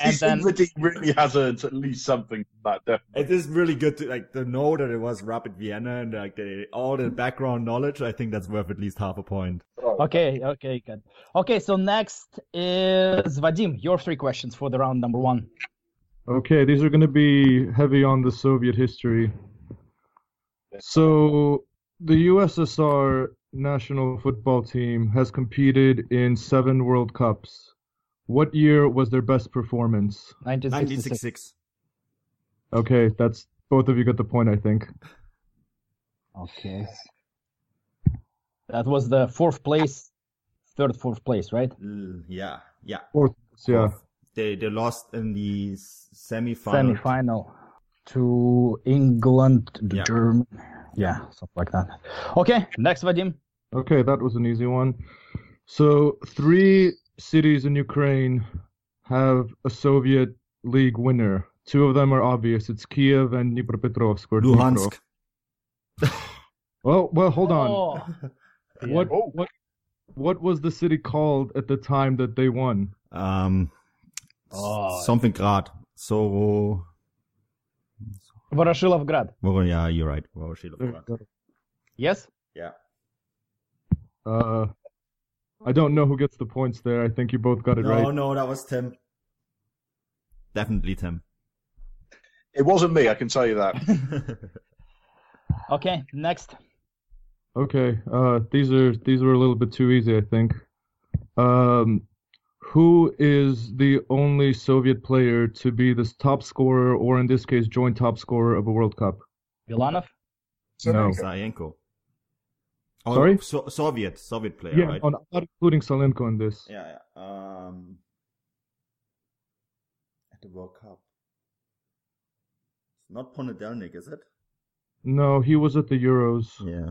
D: And then-
E: Somebody really has earned at least something from that. Definitely.
C: It is really good to like to know that it was Rapid Vienna and like the, all the background knowledge. I think that's worth at least half a point.
D: Okay, okay, good. Okay, so next is Vadim. Your three questions for the round number one.
F: Okay, these are going to be heavy on the Soviet history. So, the USSR national football team has competed in seven World Cups. What year was their best performance?
D: 1966.
C: 1966.
F: Okay, that's both of you got the point, I think.
D: Okay. That was the fourth place, third, fourth place, right?
C: Mm, yeah, yeah.
F: Or yeah,
C: They they lost in the semi final.
D: Semi-final to England,
C: Yeah.
D: Germany. Yeah, something like that. Okay, next Vadim.
F: okay, that was an easy one. So, three cities in Ukraine have a Soviet League winner. Two of them are obvious. It's Kiev and Dnipropetrovsk or Dnipro.
C: Luhansk.
F: Well, well, hold on.
D: Oh, yeah.
F: What what what was the city called at the time that they won?
C: Um,
D: Oh.
C: something Grad. So,
D: Voroshilovgrad.
C: well, yeah, you're right. Voroshilov.
D: Yes?
F: Uh, I don't know who gets the points there. I think you both got it
C: No,
F: right.
C: no, that was Tim. Definitely Tim.
E: It wasn't me, I can tell you that.
F: Oh.
D: Okay, next.
F: Okay, uh, these are these were a little bit too easy, I think. Um, who is the only Soviet player to be the top scorer, or in this case, joint top scorer of a World Cup?
D: Vilanov?
F: No.
C: Zayenko. Oh,
F: Sorry?
C: So- Soviet, Soviet player,
F: Yeah,
C: right?
F: on, not including Solenko in this.
C: Yeah, yeah. Um, at the World Cup. It's not Ponedelnik, is it?
F: No, he was at the Euros.
C: Yeah.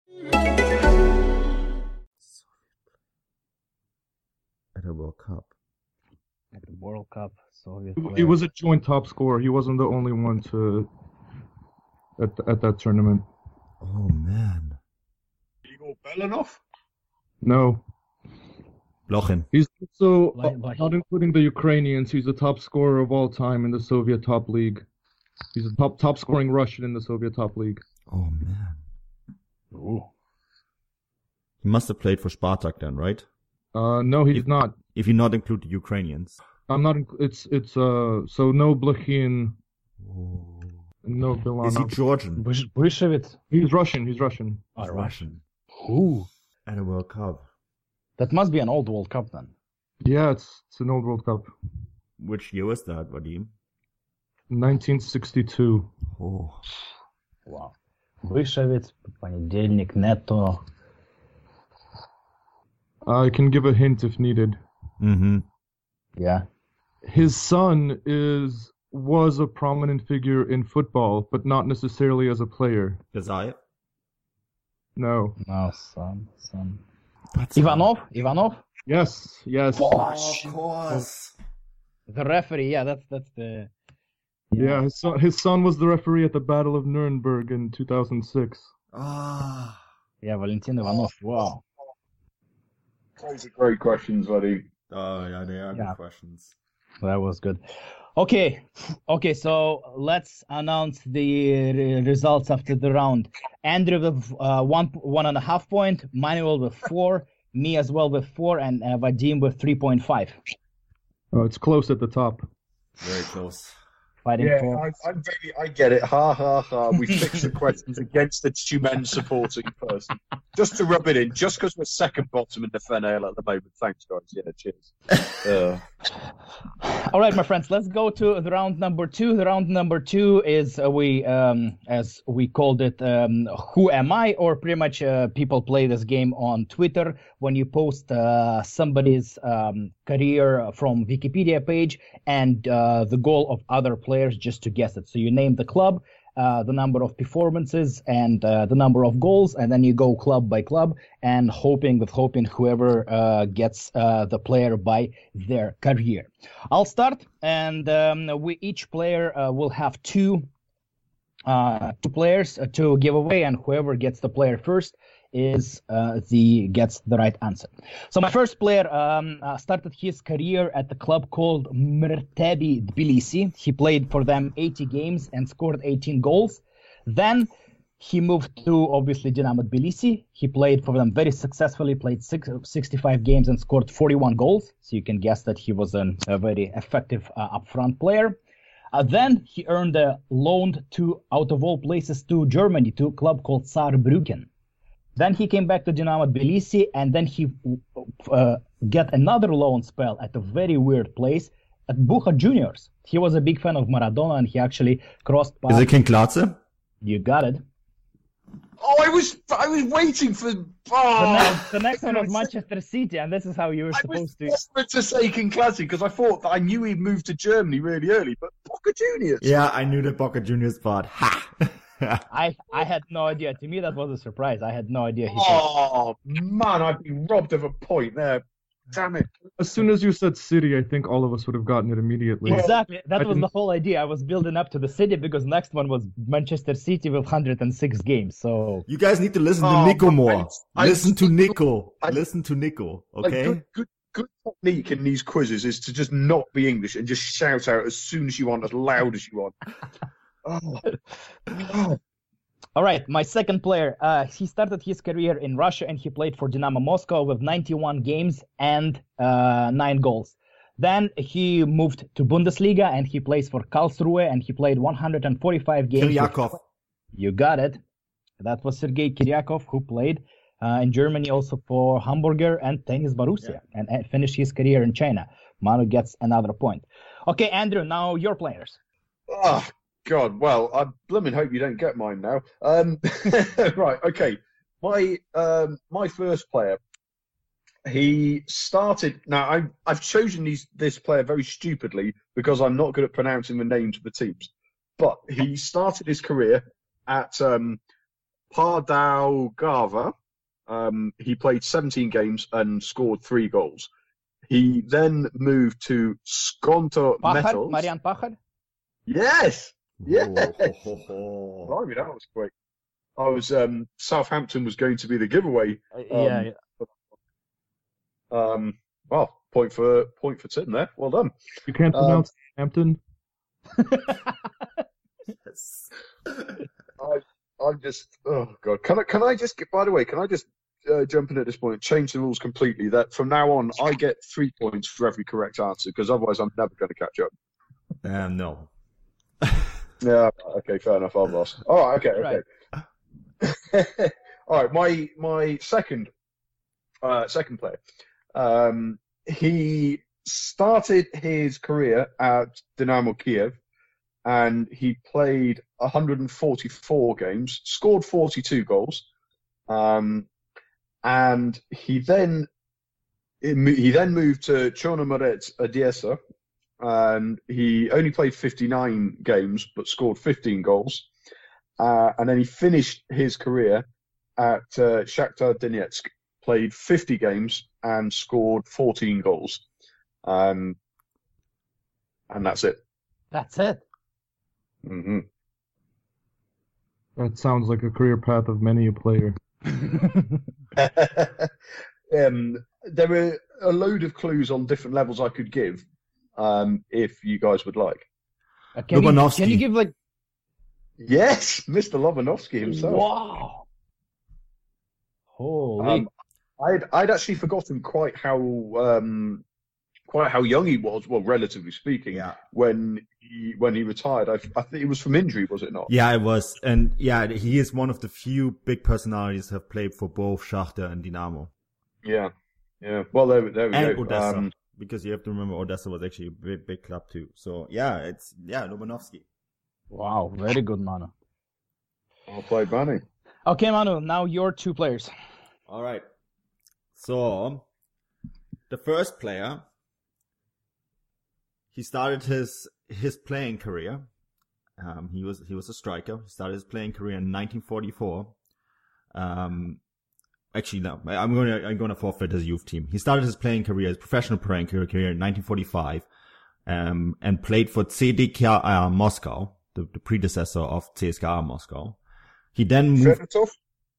C: At the World Cup.
D: At the World Cup, Soviet.
F: He
D: player.
F: was a joint top scorer. He wasn't the only one to at at that tournament.
C: Oh, man.
E: Igor Belanov?
F: No,
C: Lochin.
F: he's also uh,
D: Why- why-
F: not including the Ukrainians. He's the top scorer of all time in the Soviet top league. He's the top top scoring Russian in the Soviet top league.
C: Oh, man.
D: Ooh.
C: He must have played for Spartak then, right?
F: Uh, no, he
C: If-
F: did not.
C: If you not include the Ukrainians.
F: I'm not. inc- It's it's uh so no Blokhin, no
C: Is he
F: Bilanov.
C: Georgian?
D: Bysh- Byshevitz.
F: he's Russian. He's Russian.
D: Oh, Russian. Ooh.
C: At the World Cup.
D: That must be an old World Cup then.
F: Yeah, it's it's an old World Cup,
C: Which year was that, Vadim?
F: 1962.
C: Oh.
D: Wow. Byshevitz, Понедельник, Neto.
F: I can give a hint if needed.
C: Mm-hmm.
D: Yeah.
F: his son is was a prominent figure in football, but not necessarily as a player.
C: Desire?
F: No.
D: No, son, son. Ivanov? Ivanov?
F: Yes. Yes.
C: Of course.
D: The referee, yeah, that's that's the
F: Yeah. His son, his son was the referee at the Battle of Nuremberg in 2006.
C: Ah.
D: yeah, Valentin Ivanov. Wow.
E: Those are great questions, buddy.
C: Oh, yeah, they are
D: Yeah.
C: good questions.
D: That was good. Okay, okay. So let's announce the re- results after the round. Andrew with uh, one one and a half point, Manuel with four, me as well with four, and uh, Vadim with three point five.
F: Oh, it's close at the top.
C: Very close.
D: Fighting
E: Yeah,
D: for
E: I, I'm very, I get it. Ha ha ha. We fix the questions against the two men supporting person. Just to rub it in, just because we're second bottom in the Fennel at the moment. Thanks, guys. Yeah, cheers. Uh,
D: All right, my friends, let's go to the round number two. The round number two is uh, we, um, as we called it, um, "Who am I?" or pretty much uh, people play this game on Twitter. When you post uh, somebody's um, career from Wikipedia page and uh, the goal of other players, just to guess it. So you name the club, uh, the number of performances, and uh, the number of goals, and then you go club by club and hoping with hoping whoever uh, gets uh, the player by their career. I'll start, and um, we each player uh, will have two uh, two players uh, to give away, and whoever gets the player first is uh, the gets the right answer. So my first player um, uh, started his career at the club called Mrtebi Tbilisi. He played for them 80 games and scored 18 goals. Then he moved to obviously Dinamo Tbilisi. He played for them very successfully, played six, 65 games and scored 41 goals. So you can guess that he was an, a very effective uh, upfront player. Uh, then he earned a loan to, out of all places, to Germany, to a club called Saarbrücken. Then he came back to Dinamo Tbilisi, and then he uh, got another loan spell at a very weird place at Bucha Juniors. He was a big fan of Maradona, and he actually crossed paths.
C: Is it King Klatze?
D: You got it.
E: Oh, I was I was waiting for.
D: The,
E: Oh,
D: next, the next one was Manchester City, and this is how you were
E: I was
D: supposed to.
E: desperate to say Kinklasi because I thought that I knew he'd moved to Germany really early, but Boca Juniors.
C: Yeah, I knew the Boca Juniors part. Ha!
D: I I had no idea. To me, that was a surprise. I had no idea. He played.
E: Oh man, I'd be robbed of a point there. Damn it!
F: As soon as you said City, I think all of us would have gotten it immediately.
D: Exactly. That
F: I
D: was the
F: didn't-
D: whole idea. I was building up to the city because next one was Manchester City with 106 games. So
C: you guys need to listen to
E: Oh,
C: Nico more.
E: I- I-
C: listen to Nico.
E: I-
C: listen to Nico.
E: Like,
C: Okay.
E: good, good, good technique in these quizzes is to just not be English and just shout out as soon as you want, as loud as you want. Oh, oh.
D: All right, my second player. Uh, he started his career in Russia and he played for Dynamo Moscow with 91 games and uh, nine goals. Then he moved to Bundesliga and he plays for Karlsruhe and he played 145 games. with-
C: Kiryakov.
D: You got it. That was Sergei Kiryakov who played uh, in Germany also for Hamburger and Tennis Borussia and, and finished his career in China. Manu gets another point. Okay, Andrew, now your players.
E: Oh, God. Well, I blooming hope you don't get mine now. Um, right. Okay. My um, my first player. He started. Now I I've chosen these, this player very stupidly because I'm not good at pronouncing the names of the teams. But he started his career at um, Pardau Gava. Um, he played 17 games and scored three goals. He then moved to Skonto
D: Pachar,
E: Metals.
D: Marian Pachar.
E: Yes. Yeah.
C: Oh,
E: Blimey, that was quick. I was um, Southampton was going to be the giveaway. Uh, yeah, yeah. Um, well, point for point for Tim there. Well done.
F: You can't
E: Um,
F: pronounce Hampton.
E: I'm just oh god. Can I can I just get? By the way, can I just uh, jump in at this point and change the rules completely? That from now on, I get three points for every correct answer because otherwise, I'm never going to catch up.
C: Um, no.
E: Yeah. Okay. Fair enough. I've lost. All right. Okay. Okay. All right. My my second uh, second player. Um, he started his career at Dynamo Kiev, and he played 144 games, scored 42 goals, um, and he then he then moved to Chornomorets Odessa, and he only played 59 games but scored 15 goals. Uh, and then he finished his career at uh, Shakhtar Donetsk, played 50 games and scored 14 goals. Um, and that's it.
D: That's it.
E: hmm
F: That sounds like a career path of many a player.
E: um, there were a load of clues on different levels I could give um, if you guys would like.
D: Uh, can, you,
C: Lobanovsky.
D: can you give like
E: Yes, Mr. Lobanovsky himself.
D: wow? Holy!
E: Um, I'd I'd actually forgotten quite how um, quite how young he was. Well, relatively speaking,
C: Yeah.
E: when he when he retired, I, I think it was from injury, was it not?
C: Yeah, it was. And yeah, he is one of the few big personalities who have played for both Schachter and Dynamo.
E: yeah, yeah. Well, there there we
C: And
E: go.
C: Odessa.
E: Um,
C: because you have to remember Odessa was actually a big, big club too. So yeah, it's, yeah, Lobanovsky.
D: wow, very good, Manu.
E: I'll play Manny.
D: Okay, Manu, now your two players.
C: All right. So the first player, he started his his playing career. Um, he was he was a striker. He started his playing career in 1944. Um, actually, no, I- I'm gonna I'm gonna forfeit his youth team. He started his playing career, his professional playing career, career in 1945, um, and played for CDKR uh, Moscow, the, the predecessor of CSKA Moscow. He then moved.
E: Fedotov,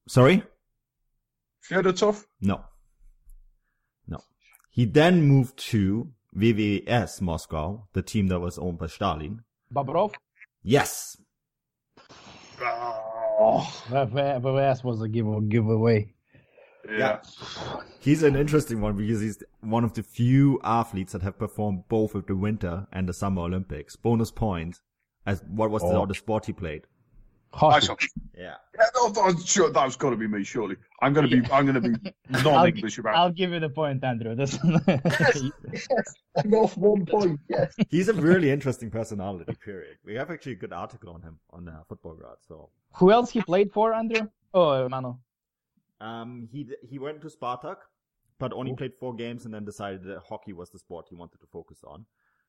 C: Sorry.
E: Fedotov.
C: No. No. He then moved to VVS Moscow, the team that was owned by Stalin.
D: Babarov.
C: Yes.
E: Oh,
D: VVS was a give giveaway.
E: yeah.
C: He's an interesting one because he's one of the few athletes that have performed both at the Winter and the Summer Olympics. Bonus point as what was the
D: Oh.
C: other sport he played.
E: I
D: Hockey.
E: saw-
C: Yeah.
E: yeah, no, that's sure, that's got to be me, surely. I'm going to be, I'm going to be non-English about.
D: I'll give you the point, Andrew. This
E: Yes, I'm off one point. Yes.
C: He's a really interesting personality, period. We have actually a good article on him on uh, Football Grad, so.
D: Who else he played for, Andrew? Oh, hermano.
C: Um, he d- he went to Spartak, but only played four games and then decided that hockey was the sport he wanted to focus on.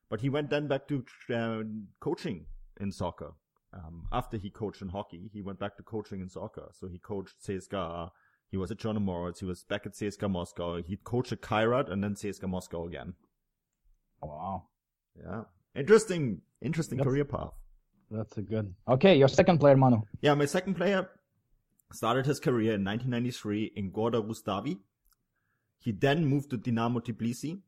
C: But he went then back to tr- um, coaching in soccer. Um, after he coached in hockey, he went back to coaching in soccer. So he coached CSKA. He was at Chernomorets. He was back at CSKA Moscow. He coached at Kairat and then CSKA Moscow again.
D: Wow.
C: Yeah, interesting, interesting
D: Yep.
C: career path.
D: That's a good. Okay, your second player, Manu.
C: Yeah, my second player started his career in 1993 in Gorda Rustavi. He then moved to Dinamo Tbilisi,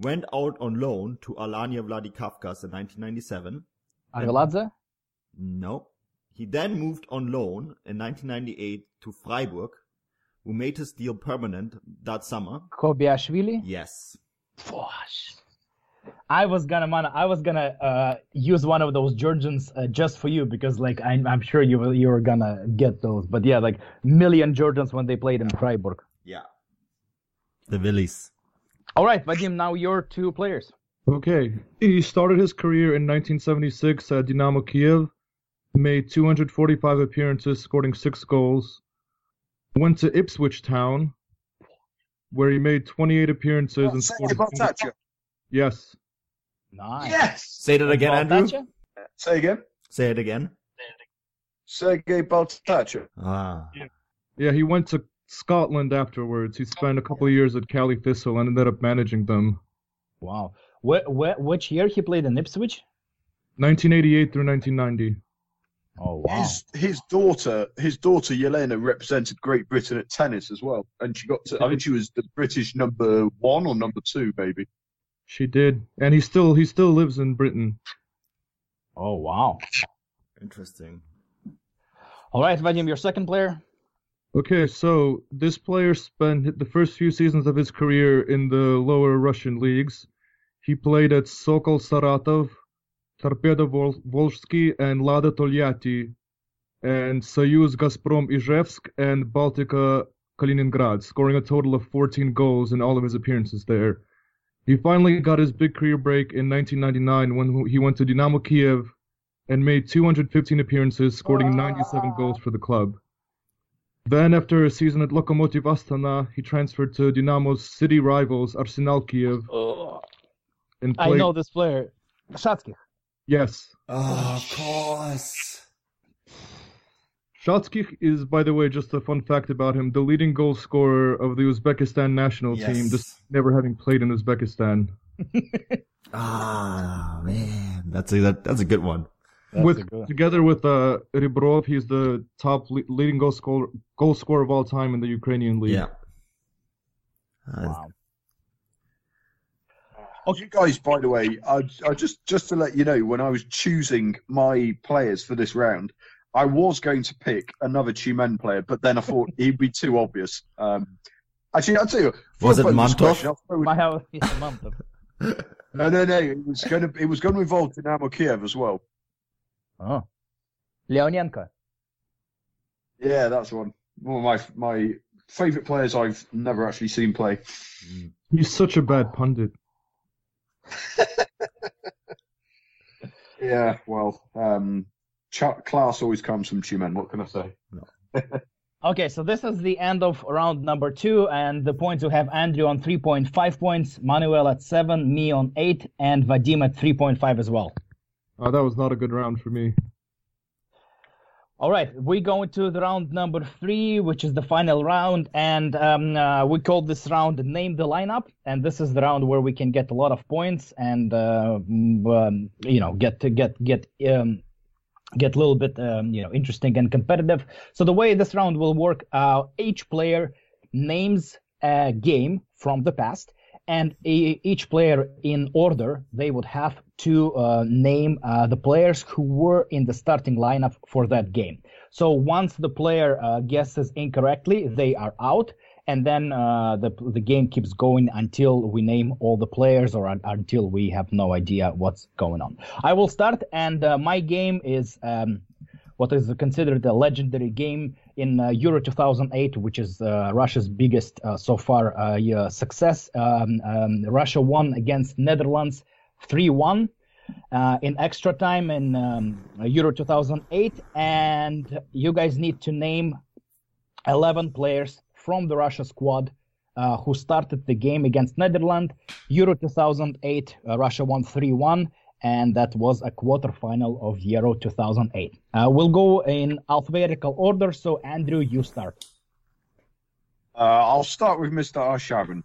C: went out on loan to Alanya Vladikavkaz in 1997.
D: Ariladze?
C: No. He then moved on loan in 1998 to Freiburg, who made his deal permanent that summer.
D: Kobiashvili?
C: Yes.
D: Pfosh. I was gonna, Manu, I was gonna uh, use one of those Georgians uh, just for you because, like, I'm, I'm sure you will, you're gonna get those. But yeah, like, million Georgians when they played in Freiburg.
C: Yeah. The Willies.
D: All right, Vadim, now your two players.
F: Okay. He started his career in 1976 at Dynamo Kiev, made 245 appearances, scoring six goals. Went to Ipswich Town, where he made 28 appearances and
E: Oh, Say
F: scored. Yes.
D: Nice.
E: Yes.
C: Say that again, Andrew.
D: Baltacha?
E: Say again.
C: Say it again.
E: Sergei Baltacha.
C: Ah.
F: Yeah, he went to Scotland afterwards. He spent a couple of years at Cali Thistle and ended up managing them.
D: Wow. Where, where, which year he played in Ipswich?
F: 1988 through 1990.
D: Oh, wow.
E: His his daughter his daughter Yelena represented Great Britain at tennis as well, and she got to I think she was the British number one or number two maybe.
F: She did, and he still he still lives in Britain.
D: Oh, wow.
C: Interesting.
D: All right, Vadim, your second player?
F: Okay, so this player spent the first few seasons of his career in the lower Russian leagues. He played at Sokol Saratov, Torpedo Vol- Volsky, and Lada Tolyatti, and Soyuz Gazprom Izhevsk and Baltica Kaliningrad, scoring a total of 14 goals in all of his appearances there. He finally got his big career break in 1999 when he went to Dynamo Kiev and made 215 appearances, scoring 97 goals for the club. Then, after a season at Lokomotiv Astana, he transferred to Dynamo's city rivals Arsenal Kiev
D: Oh,
F: and
D: I
F: played.
D: know this player. Shatsky.
F: Yes,
C: Oh, of course.
F: Shatskikh is, by the way, just a fun fact about him, the leading goal scorer of the Uzbekistan national
C: Yes.
F: team, just never having played in Uzbekistan.
C: Ah man, that's a that, that's a good one.
F: with together with uh, Ribrov, he's the top le- leading goal scorer goal scorer of all time in the Ukrainian league.
C: Yeah. Uh,
D: Wow.
E: You guys, by the way, I, I just just to let you know, when I was choosing my players for this round, I was going to pick another Tumen player, but then I thought he'd be too obvious. Um, actually, I'll tell you. for
C: Was
E: a
C: it
E: bonus
C: Mantov?
E: question, I'll throw in-
D: My house is a month of-
E: No, no, no. It was going to it was going to involve Dynamo Kiev as well.
D: Oh. Leonenko.
E: Yeah, that's one. One of my my favourite players I've never actually seen play.
F: He's such a bad pundit.
E: Yeah, well, um, cha- class always comes from Tumen. What can I say?
D: Okay, so this is the end of round number two, and the points we have Andrew on 3.5 points, Manuel at 7, me on 8, and Vadim at 3.5 as well.
F: Uh, that was not a good round for me.
D: All right, we go into the round number three, which is the final round, and um, uh, we call this round "Name the Lineup." And this is the round where we can get a lot of points and uh, mm, um, you know get to get get um, get a little bit um, you know interesting and competitive. So the way this round will work, uh, each player names a game from the past, and e- each player in order they would have to uh, name uh, the players who were in the starting lineup for that game. So once the player uh, guesses incorrectly, they are out. And then uh, the the game keeps going until we name all the players, or un- until we have no idea what's going on. I will start, and uh, my game is um, what is considered a legendary game in uh, Euro 2008, which is uh, Russia's biggest uh, so far uh, yeah, success. Um, um, Russia won against Netherlands 3-1 uh, in extra time in um, Euro 2008, and you guys need to name 11 players from the Russia squad uh, who started the game against Netherlands. Euro 2008, uh, Russia won 3 1, and that was a quarterfinal of Euro 2008. Uh, we'll go in alphabetical order, so Andrew, you start.
E: Uh, I'll start with Mr. Arshavin.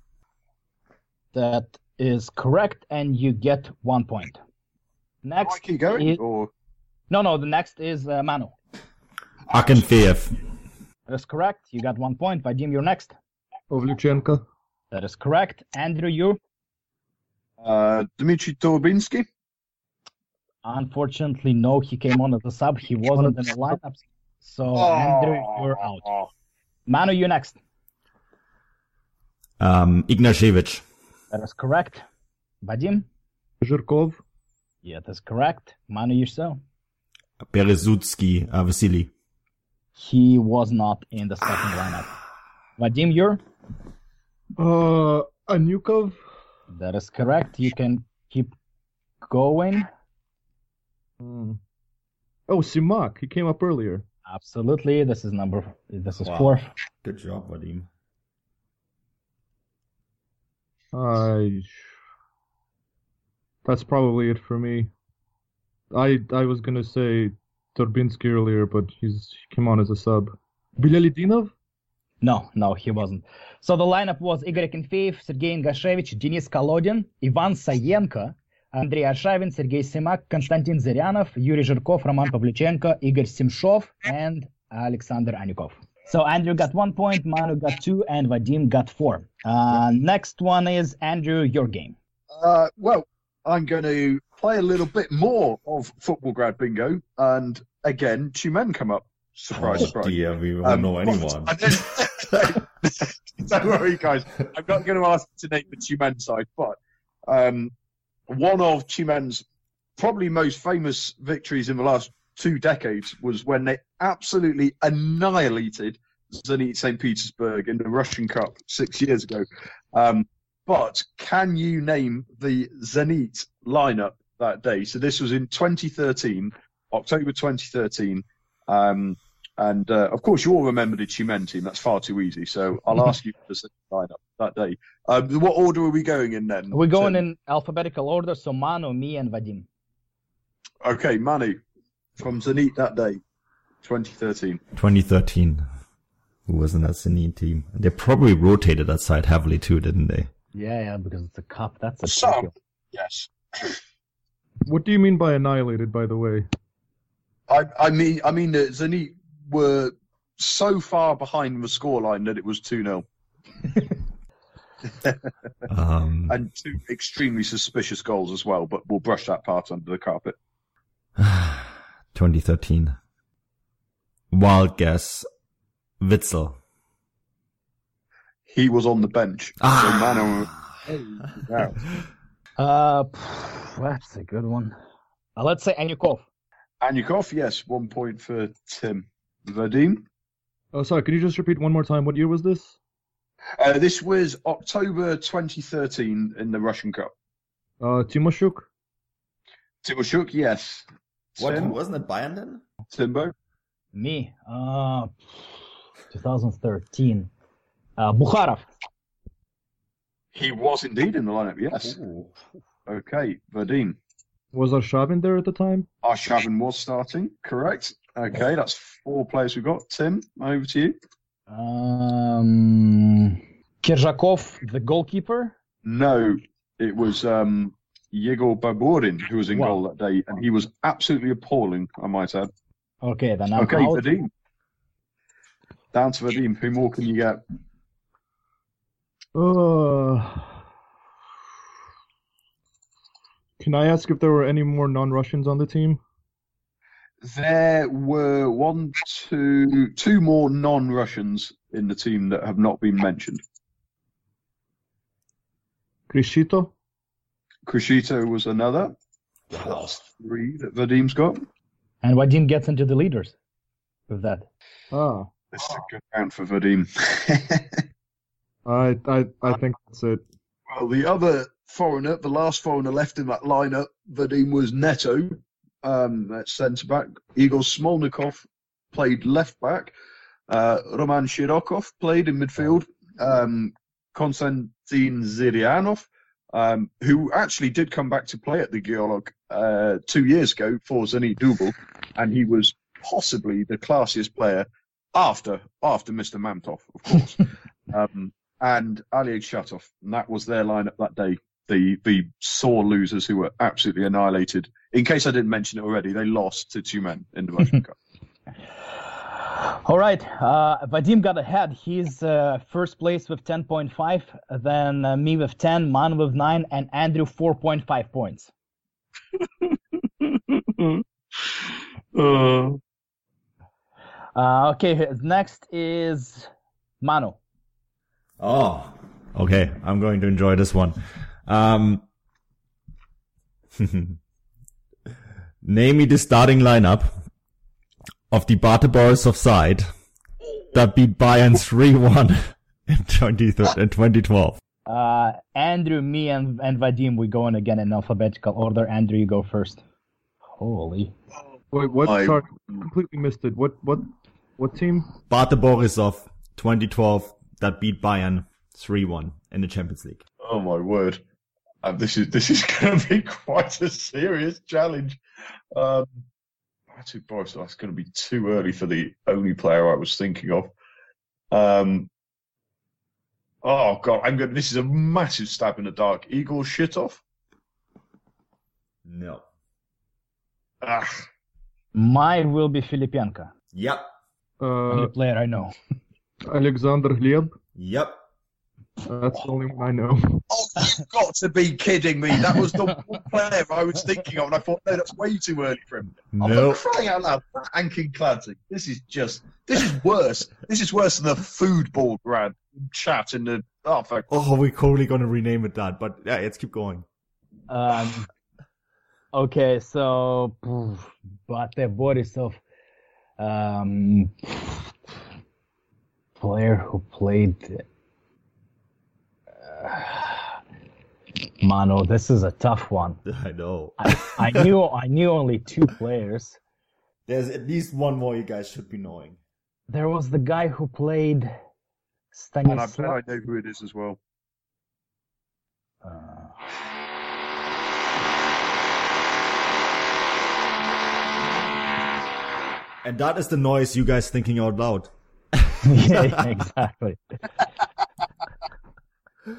D: That is correct, and you get one point.
E: Can I
D: Next,
E: keep going?
D: is-
E: Or
D: no, no, the next is uh, Manu.
C: Uh, Akinfeev.
D: That is correct. You got one point. Vadim, you're next.
F: Ovlychenko,
D: That is correct. Andrew, you.
E: uh, Dmitry Torbinsky?
D: Unfortunately, no. He came on as a sub. Oh. He wasn't in the lineup. So Andrew, you're out.
E: Oh.
D: Manu, you next.
C: Um, Ignashevich.
D: That is correct. Vadim.
F: Zhirkov,
D: Yeah, that's correct. Manu, yourself.
C: Berezutsky. Uh, Vasily.
D: He was not in the starting lineup. Vadim, you're.
F: uh, Anukov,
D: That is correct. You can keep going.
F: Hmm. oh, Simak, he came up earlier.
D: Absolutely. This is number. This is
C: Wow.
D: four.
C: Good job, Vadim.
F: I. That's probably it for me. I I was gonna say Turbinsky earlier, but he's he came on as a sub. Bilalidinov?
D: No, no, he wasn't. So the lineup was Igor Kinfeev, Sergey Ingashevich, Denis Kolodin, Ivan Sayenko, Andrei Arshavin, Sergei Simak, Konstantin Zырянов, Yuri Zhirkov, Roman Pavlichenko, Igor Simshov, and Alexander Anyukov. So Andrew got one point, Manu got two, and Vadim got four. Uh, next one is Andrew, your game.
E: Uh, well, I'm going to play a little bit more of Football Grad Bingo, and again, two men come up. Surprise, surprise.
C: Oh, dear, we won't
E: Um,
C: know
E: but-
C: anyone.
E: I don't- Don't worry, guys. I'm not going to ask to name the Tumen side, but um, one of Tumen's probably most famous victories in the last two decades was when they absolutely annihilated Zenit St. Petersburg in the Russian Cup six years ago. Um, but can you name the Zenit lineup that day? So this was in 2013, October 2013. Um, and uh, of course, you all remember the Tumen team. That's far too easy. So I'll ask you for the lineup that day. Um, what order are we going in then?
D: We're going
E: Tim?
D: in alphabetical order, so Manu, me, and Vadim.
E: Okay, Manu from Zenit that day, 2013.
C: 2013. Who was in that Sydney team? They probably rotated that side heavily too, didn't they?
D: Yeah, yeah, because it's a cup. That's a
E: Some.
D: tricky one.
E: Yes.
F: What do you mean by annihilated, by the way?
E: I, I mean, I mean that Zenit were so far behind the scoreline that it was 2 0
C: Um,
E: and two extremely suspicious goals as well, but we'll brush that part under the carpet.
C: 2013. Wild guess. Witzel.
E: He was on the bench.
C: Ah.
E: So Manu, wow.
D: Uh, pff, that's a good one. Uh, let's say Anyukov.
E: Anyukov, yes, one point for Tim. Vadim?
F: Oh, sorry, can you just repeat one more time? What year was this?
E: Uh, this was October 2013 in the Russian Cup.
F: Uh, Timoshuk?
E: Timoshuk, yes. Tim?
C: wasn't it Bayern then?
E: Timbo?
D: Me, uh, 2013. Uh, Bukharov.
E: He was indeed in the lineup, yes. Okay, Vadim.
F: Was Arshavin there at the time?
E: Arshavin was starting, correct? Okay, that's four players we've got. Tim, over to you.
D: Um, Kirzhakov, the goalkeeper.
E: No, it was um, Yegor Baburin who was in
D: Wow.
E: goal that day, and he was absolutely appalling, I might add.
D: Okay, then I'm
E: Okay,
D: out.
E: Vadim. Down to Vadim. Who more can you get?
F: Uh, can I ask if there were any more non-Russians on the team?
E: There were one, two, two more non-Russians in the team that have not been mentioned.
F: Krishito?
E: Crescito was another. That's three that Vadim's got.
D: And Vadim gets into the leaders with that.
F: Ah,
E: This is a good round for Vadim.
F: I I I think that's it.
E: Well, the other foreigner, the last foreigner left in that lineup, Vadim was Neto, um, at centre back. Igor Smolnikov played left back. Uh, Roman Shirokov played in midfield. Um, Konstantin Zirianov, um, who actually did come back to play at the Geolog uh, two years ago for Zenit Dubal, and he was possibly the classiest player after after Mr. Mamtov, of course, um, and Oleg Shatov. And that was their lineup that day. The the sore losers who were absolutely annihilated. In case I didn't mention it already, they lost to two men in the Russian Cup.
D: All right, uh, Vadim got ahead. He's uh, first place with 10.5, then uh, me with 10, Man with 9, and Andrew 4.5 points.
G: Uh,
D: Uh, okay, next is Manu.
C: Oh, okay. I'm going to enjoy this one. Um, name me the starting lineup of the Batebaurs of Side that beat Bayern 3-1 in 20, in 2012.
D: Uh, Andrew, me, and, and Vadim, we're going again in alphabetical order. Andrew, you go first. Holy.
F: Wait, what?
E: I-
F: Sorry, completely missed it. What? What? What team?
C: Batebaurs of 2012 that beat Bayern 3-1 in the Champions League.
E: Oh my word! Uh, this is this is going to be quite a serious challenge. Um, Batu Boris, that's going to be too early for the only player I was thinking of. Um, oh god, I'm going. This is a massive stab in the dark. Igor Shitov.
C: No.
E: Ah,
D: Mine will be Filipenko,
C: Yep.
F: Uh,
D: only player I know.
F: Alexander Gleb.
C: Yep.
F: That's the only one I know.
E: oh, you've got to be kidding me! That was the one player I was thinking of, and I thought, no, that's way too early for him. I'm
C: No.
E: crying out loud. That Anking Clancy. This is just. This is worse. this is worse than the food ball grad chat in the. Oh, fuck.
C: Oh, we're totally going to rename it that, but yeah, let's keep going.
D: Um, okay, so poof, but the bodies of um, player who played uh, Mano. This is a tough one.
C: I know.
D: I, I knew I knew only two players.
C: There's at least one more you guys should be knowing.
D: There was the guy who played
E: And I bet
D: Stanislav.
E: I know who it is as well.
D: Uh,
C: And that is the noise you guys thinking out loud.
D: yeah, exactly.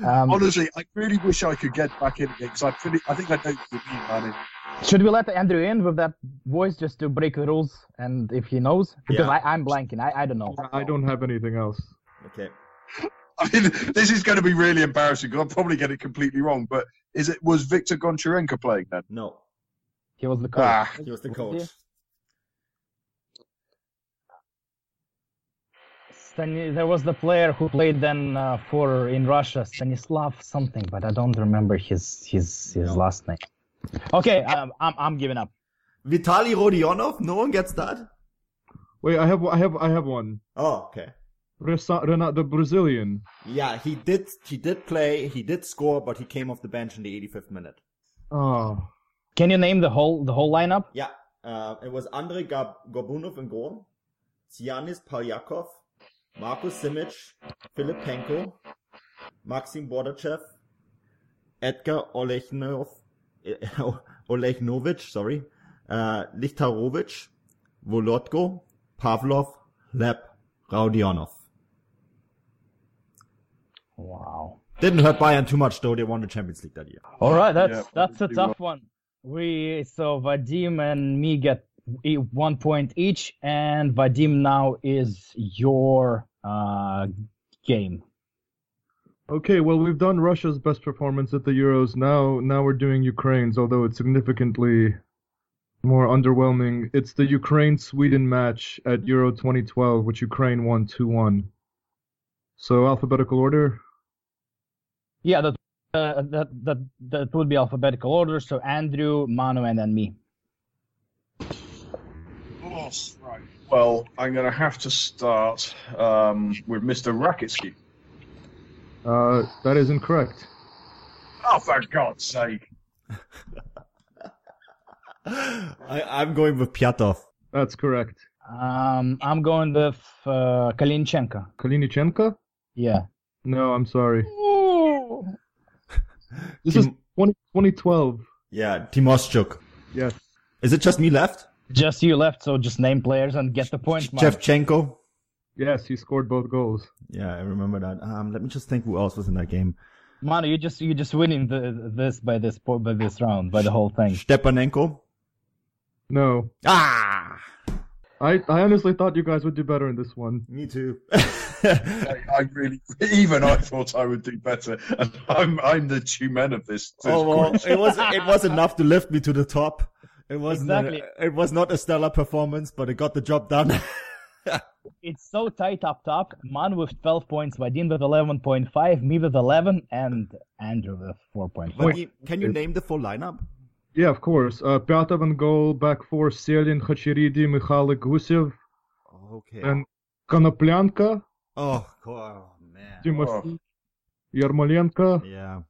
D: Um,
E: Honestly, I really wish I could get back in again because I, really, I think I know who you mean, Manny.
D: Should we let Andrew in with that voice just to break the rules and if he knows? Because
C: Yeah.
D: I, I'm blanking. I, I don't know.
F: I don't have anything else.
C: Okay.
E: I mean, this is going to be really embarrassing because I'll probably get it completely wrong. But is it was Victor Goncharenko playing then?
C: No.
D: He was the coach.
E: Ah,
C: He was the
D: coach.
C: coach.
D: Stani- there was the player who played then uh, for in Russia, Stanislav something, but I don't remember his his his last name. Okay, um, I'm I'm giving up.
C: Vitali Rodionov? No one gets that?
F: Wait, I have, I have, I have one.
C: Oh, okay.
F: Resa- Renato, the Brazilian.
C: Yeah, he did he did play, he did score, but he came off the bench in the 85th minute.
F: Oh,
D: Can you name the whole the whole lineup?
C: Yeah. Uh, it was Andrei Gab- Gorbunov in goal, Tsianis Palyakov, Marko Simic, Filip Penko, Maxim Bordachev, Edgar Olechnov, Olechnovich, sorry, uh, Lichtarovich, Volodko, Pavlov, Leb, Raudionov.
D: Wow.
C: Didn't hurt Bayern too much though, they won the Champions League that year.
D: All right, that's
E: Yeah,
D: that's a
E: probably
D: tough one. We so Vadim and me get e- one point each, and Vadim now is your uh, game.
F: Okay, well, we've done Russia's best performance at the Euros. Now, now we're doing Ukraine's, although it's significantly more underwhelming. It's the Ukraine-Sweden match at Euro 2012, which Ukraine won 2-1. So alphabetical order.
D: Yeah, that uh, that that that would be alphabetical order. So Andrew, Manu, and then me.
E: right. Well, I'm going to have to start um, with Mr. Rakitsky.
F: Uh, that is incorrect.
E: Oh, for God's sake!
C: I, I'm going with Piatov.
F: That's correct.
D: Um, I'm going with uh, Kalinchenko.
F: Kalinichenko?
D: Yeah.
F: No, I'm sorry. This is
C: Tim-
F: 20, 2012.
C: yeah, Timoschuk.
F: Yes.
C: Is it just me left?
D: Just you left, so just name players and get the point. man.
C: Shevchenko.
F: Yes, he scored both goals.
C: Yeah, I remember that. Um, let me just think who else was in that game.
D: Manu, you just you just winning the, this by this po- by this round by the whole thing.
C: Stepanenko.
F: No.
C: Ah,
F: I, I honestly thought you guys would do better in this one.
C: me too.
E: I, I really, even I thought I would do better, and I'm I'm the two men of this. this
C: oh well,
E: group.
C: it was it was enough to lift me to the top. It wasn't a-
D: Exactly.
C: it was not a stellar performance, but it got the job done.
D: It's so tight up top. Man with 12 points, Vadim with 11.5, me with 11, and Andrew with 4.5.
C: But you- can you name the full lineup?
F: Yeah, of course. Uh, Pyatov and goal, back four, Selin, Khacharidi, Mikhailik Gusev,
C: Oh, Okay.
F: and Konoplyanka,
C: oh, cool. oh man.
F: Timofey, Yarmolenko,
C: Yeah.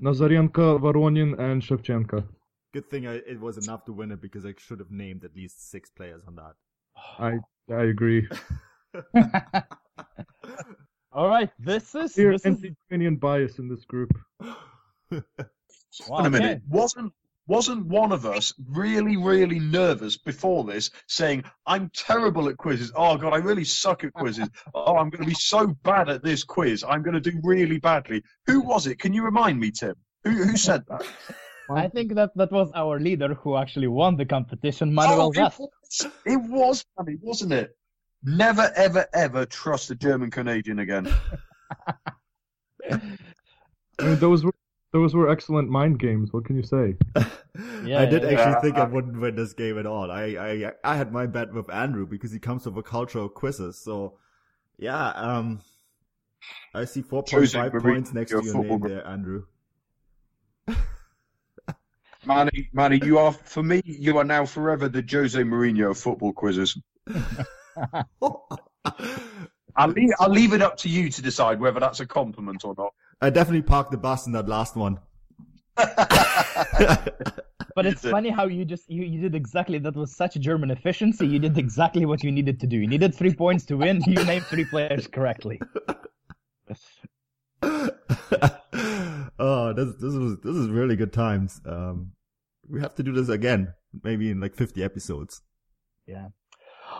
F: Nazarenko, Voronin, and Shevchenko.
C: Good thing I, it was enough to win it because I should have named at least six players on that.
F: I I agree.
D: All right, this is.
F: Clear
D: This is
F: anti-Ukrainian bias in this group.
D: wow,
E: Wait a
D: okay.
E: minute, wasn't wasn't one of us really really nervous before this, saying I'm terrible at quizzes. Oh god, I really suck at quizzes. Oh, I'm going to be so bad at this quiz. I'm going to do really badly. Who was it? Can you remind me, Tim? Who who said that?
D: I think that that was our leader who actually won the competition, Manuel
E: Oh, it
D: Vest.
E: was- It was funny, wasn't it? Never, ever, ever trust a German Canadian again.
F: I mean, those were those were excellent mind games. What can you say?
D: Yeah,
C: I did
D: yeah,
C: actually
D: Uh,
E: yeah.
C: think I wouldn't win this game at all. I, I I had my bet with Andrew because he comes with a culture of quizzes. So yeah, um, I see four point
E: Choosing
C: five
E: Marie-
C: points next to
E: your
C: your
E: football
C: name
E: gr-
C: there, Andrew.
E: Manny, Manny, you are for me. You are now forever the Jose Mourinho of football quizzes. I'll leave, I'll leave it up to you to decide whether that's a compliment or not.
C: I definitely parked the bus in that last one.
D: But it's
E: did.
D: funny how you just you, you did exactly that was such German efficiency. You did exactly what you needed to do. You needed three points to win. You named three players correctly.
C: oh, this this was this is really good times. Um, we have to do this again, maybe in like fifty episodes.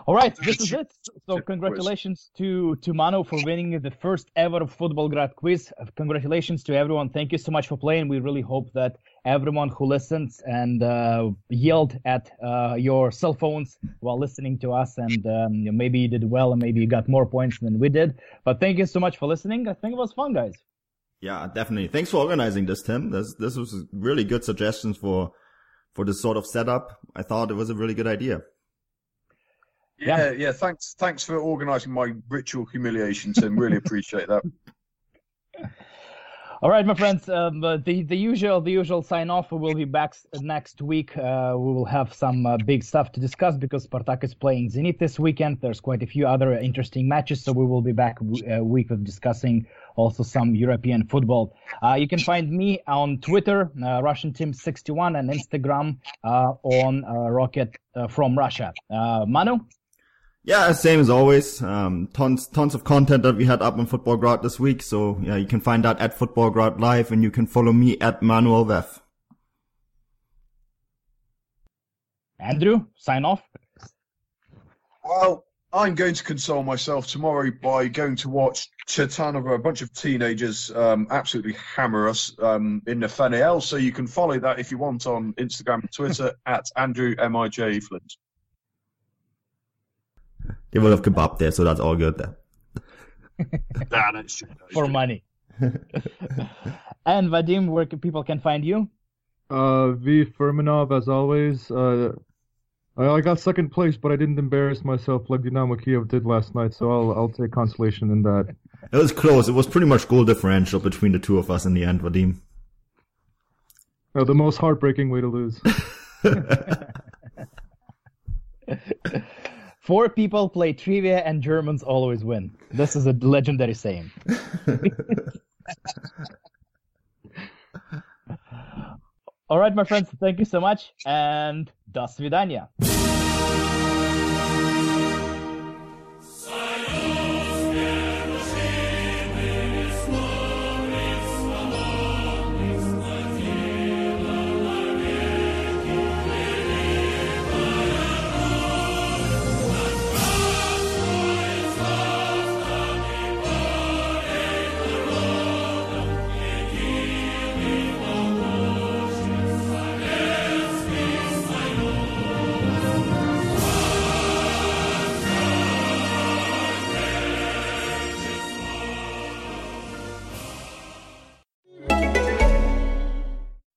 D: All right, this is it. So congratulations to to Mano for winning the first ever football grad quiz. Uh, Congratulations to everyone. Thank you so much for playing. We really hope that everyone who listens and uh, yelled at uh, your cell phones while listening to us, and um, maybe you did well, and maybe you got more points than we did. But thank you so much for listening. I think it was fun, guys.
C: Yeah, definitely. Thanks for organizing this, Tim. This this was really good suggestions for for this sort of setup. I thought it was a really good idea.
D: Yeah.
E: Yeah, yeah. Thanks, thanks for organising my ritual humiliation, Tim. Really appreciate that.
D: All right, my friends. Um, uh, the the usual the usual sign off. We'll be back s- next week. Uh, we will have some uh, big stuff to discuss because Spartak is playing Zenit this weekend. There's quite a few other interesting matches, so we will be back w- uh, week of discussing also some European football. Uh, you can find me on Twitter, uh, Russian Team 61, and Instagram uh, on uh, Rocket uh, from Russia. Uh, Manu,
C: Yeah, same as always. Um, tons, tons of content that we had up on Football Grout this week. So yeah, you can find that at Football Grout Live and you can follow me at Manuel Vef.
D: Andrew, sign off.
E: Well, I'm going to console myself tomorrow by going to watch Chitanova, a bunch of teenagers um, absolutely hammer us um, in the FNAL. So you can follow that if you want on Instagram and Twitter at Andrew MIJ Flint.
C: They would have kebab there, so that's all good there.
E: Nah, that's true.
D: for money. and Vadim, where can, people can find you?
F: Uh, v Firminov, as always. Uh, I, I got second place, but I didn't embarrass myself like Dynamo Kiev did last night. So I'll I'll take consolation in that.
C: It was close. It was pretty much goal differential between the two of us in the end, Vadim.
F: Uh, the most heartbreaking way to lose.
D: Four people play trivia and Germans always win. This is a legendary saying. All right, my friends, thank you so much and das vidanya.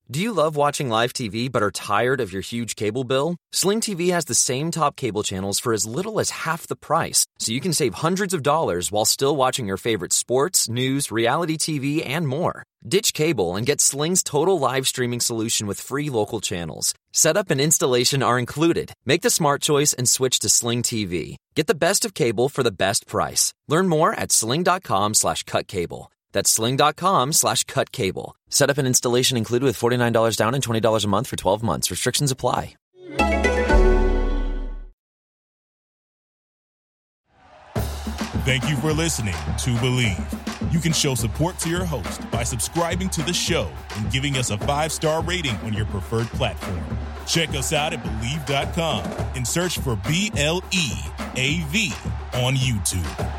G: Do you love watching live TV but are tired of your huge cable bill? Sling TV has the same top cable channels for as little as half the price, so you can save hundreds of dollars while still watching your favorite sports, news, reality TV, and more. Ditch cable and get Sling's total live streaming solution with free local channels. Setup and installation are included. Make the smart choice and switch to Sling TV. Get the best of cable for the best price. Learn more at sling.com slash cut cable. That's sling.com slash cut cable. Setup and installation included with $49 down and $20 a month for 12 months. Restrictions apply.
A: Thank you for listening to Believe. You can show support to your host by subscribing to the show and giving us a five star rating on your preferred platform. Check us out at Believe.com and search for B L E A V on YouTube.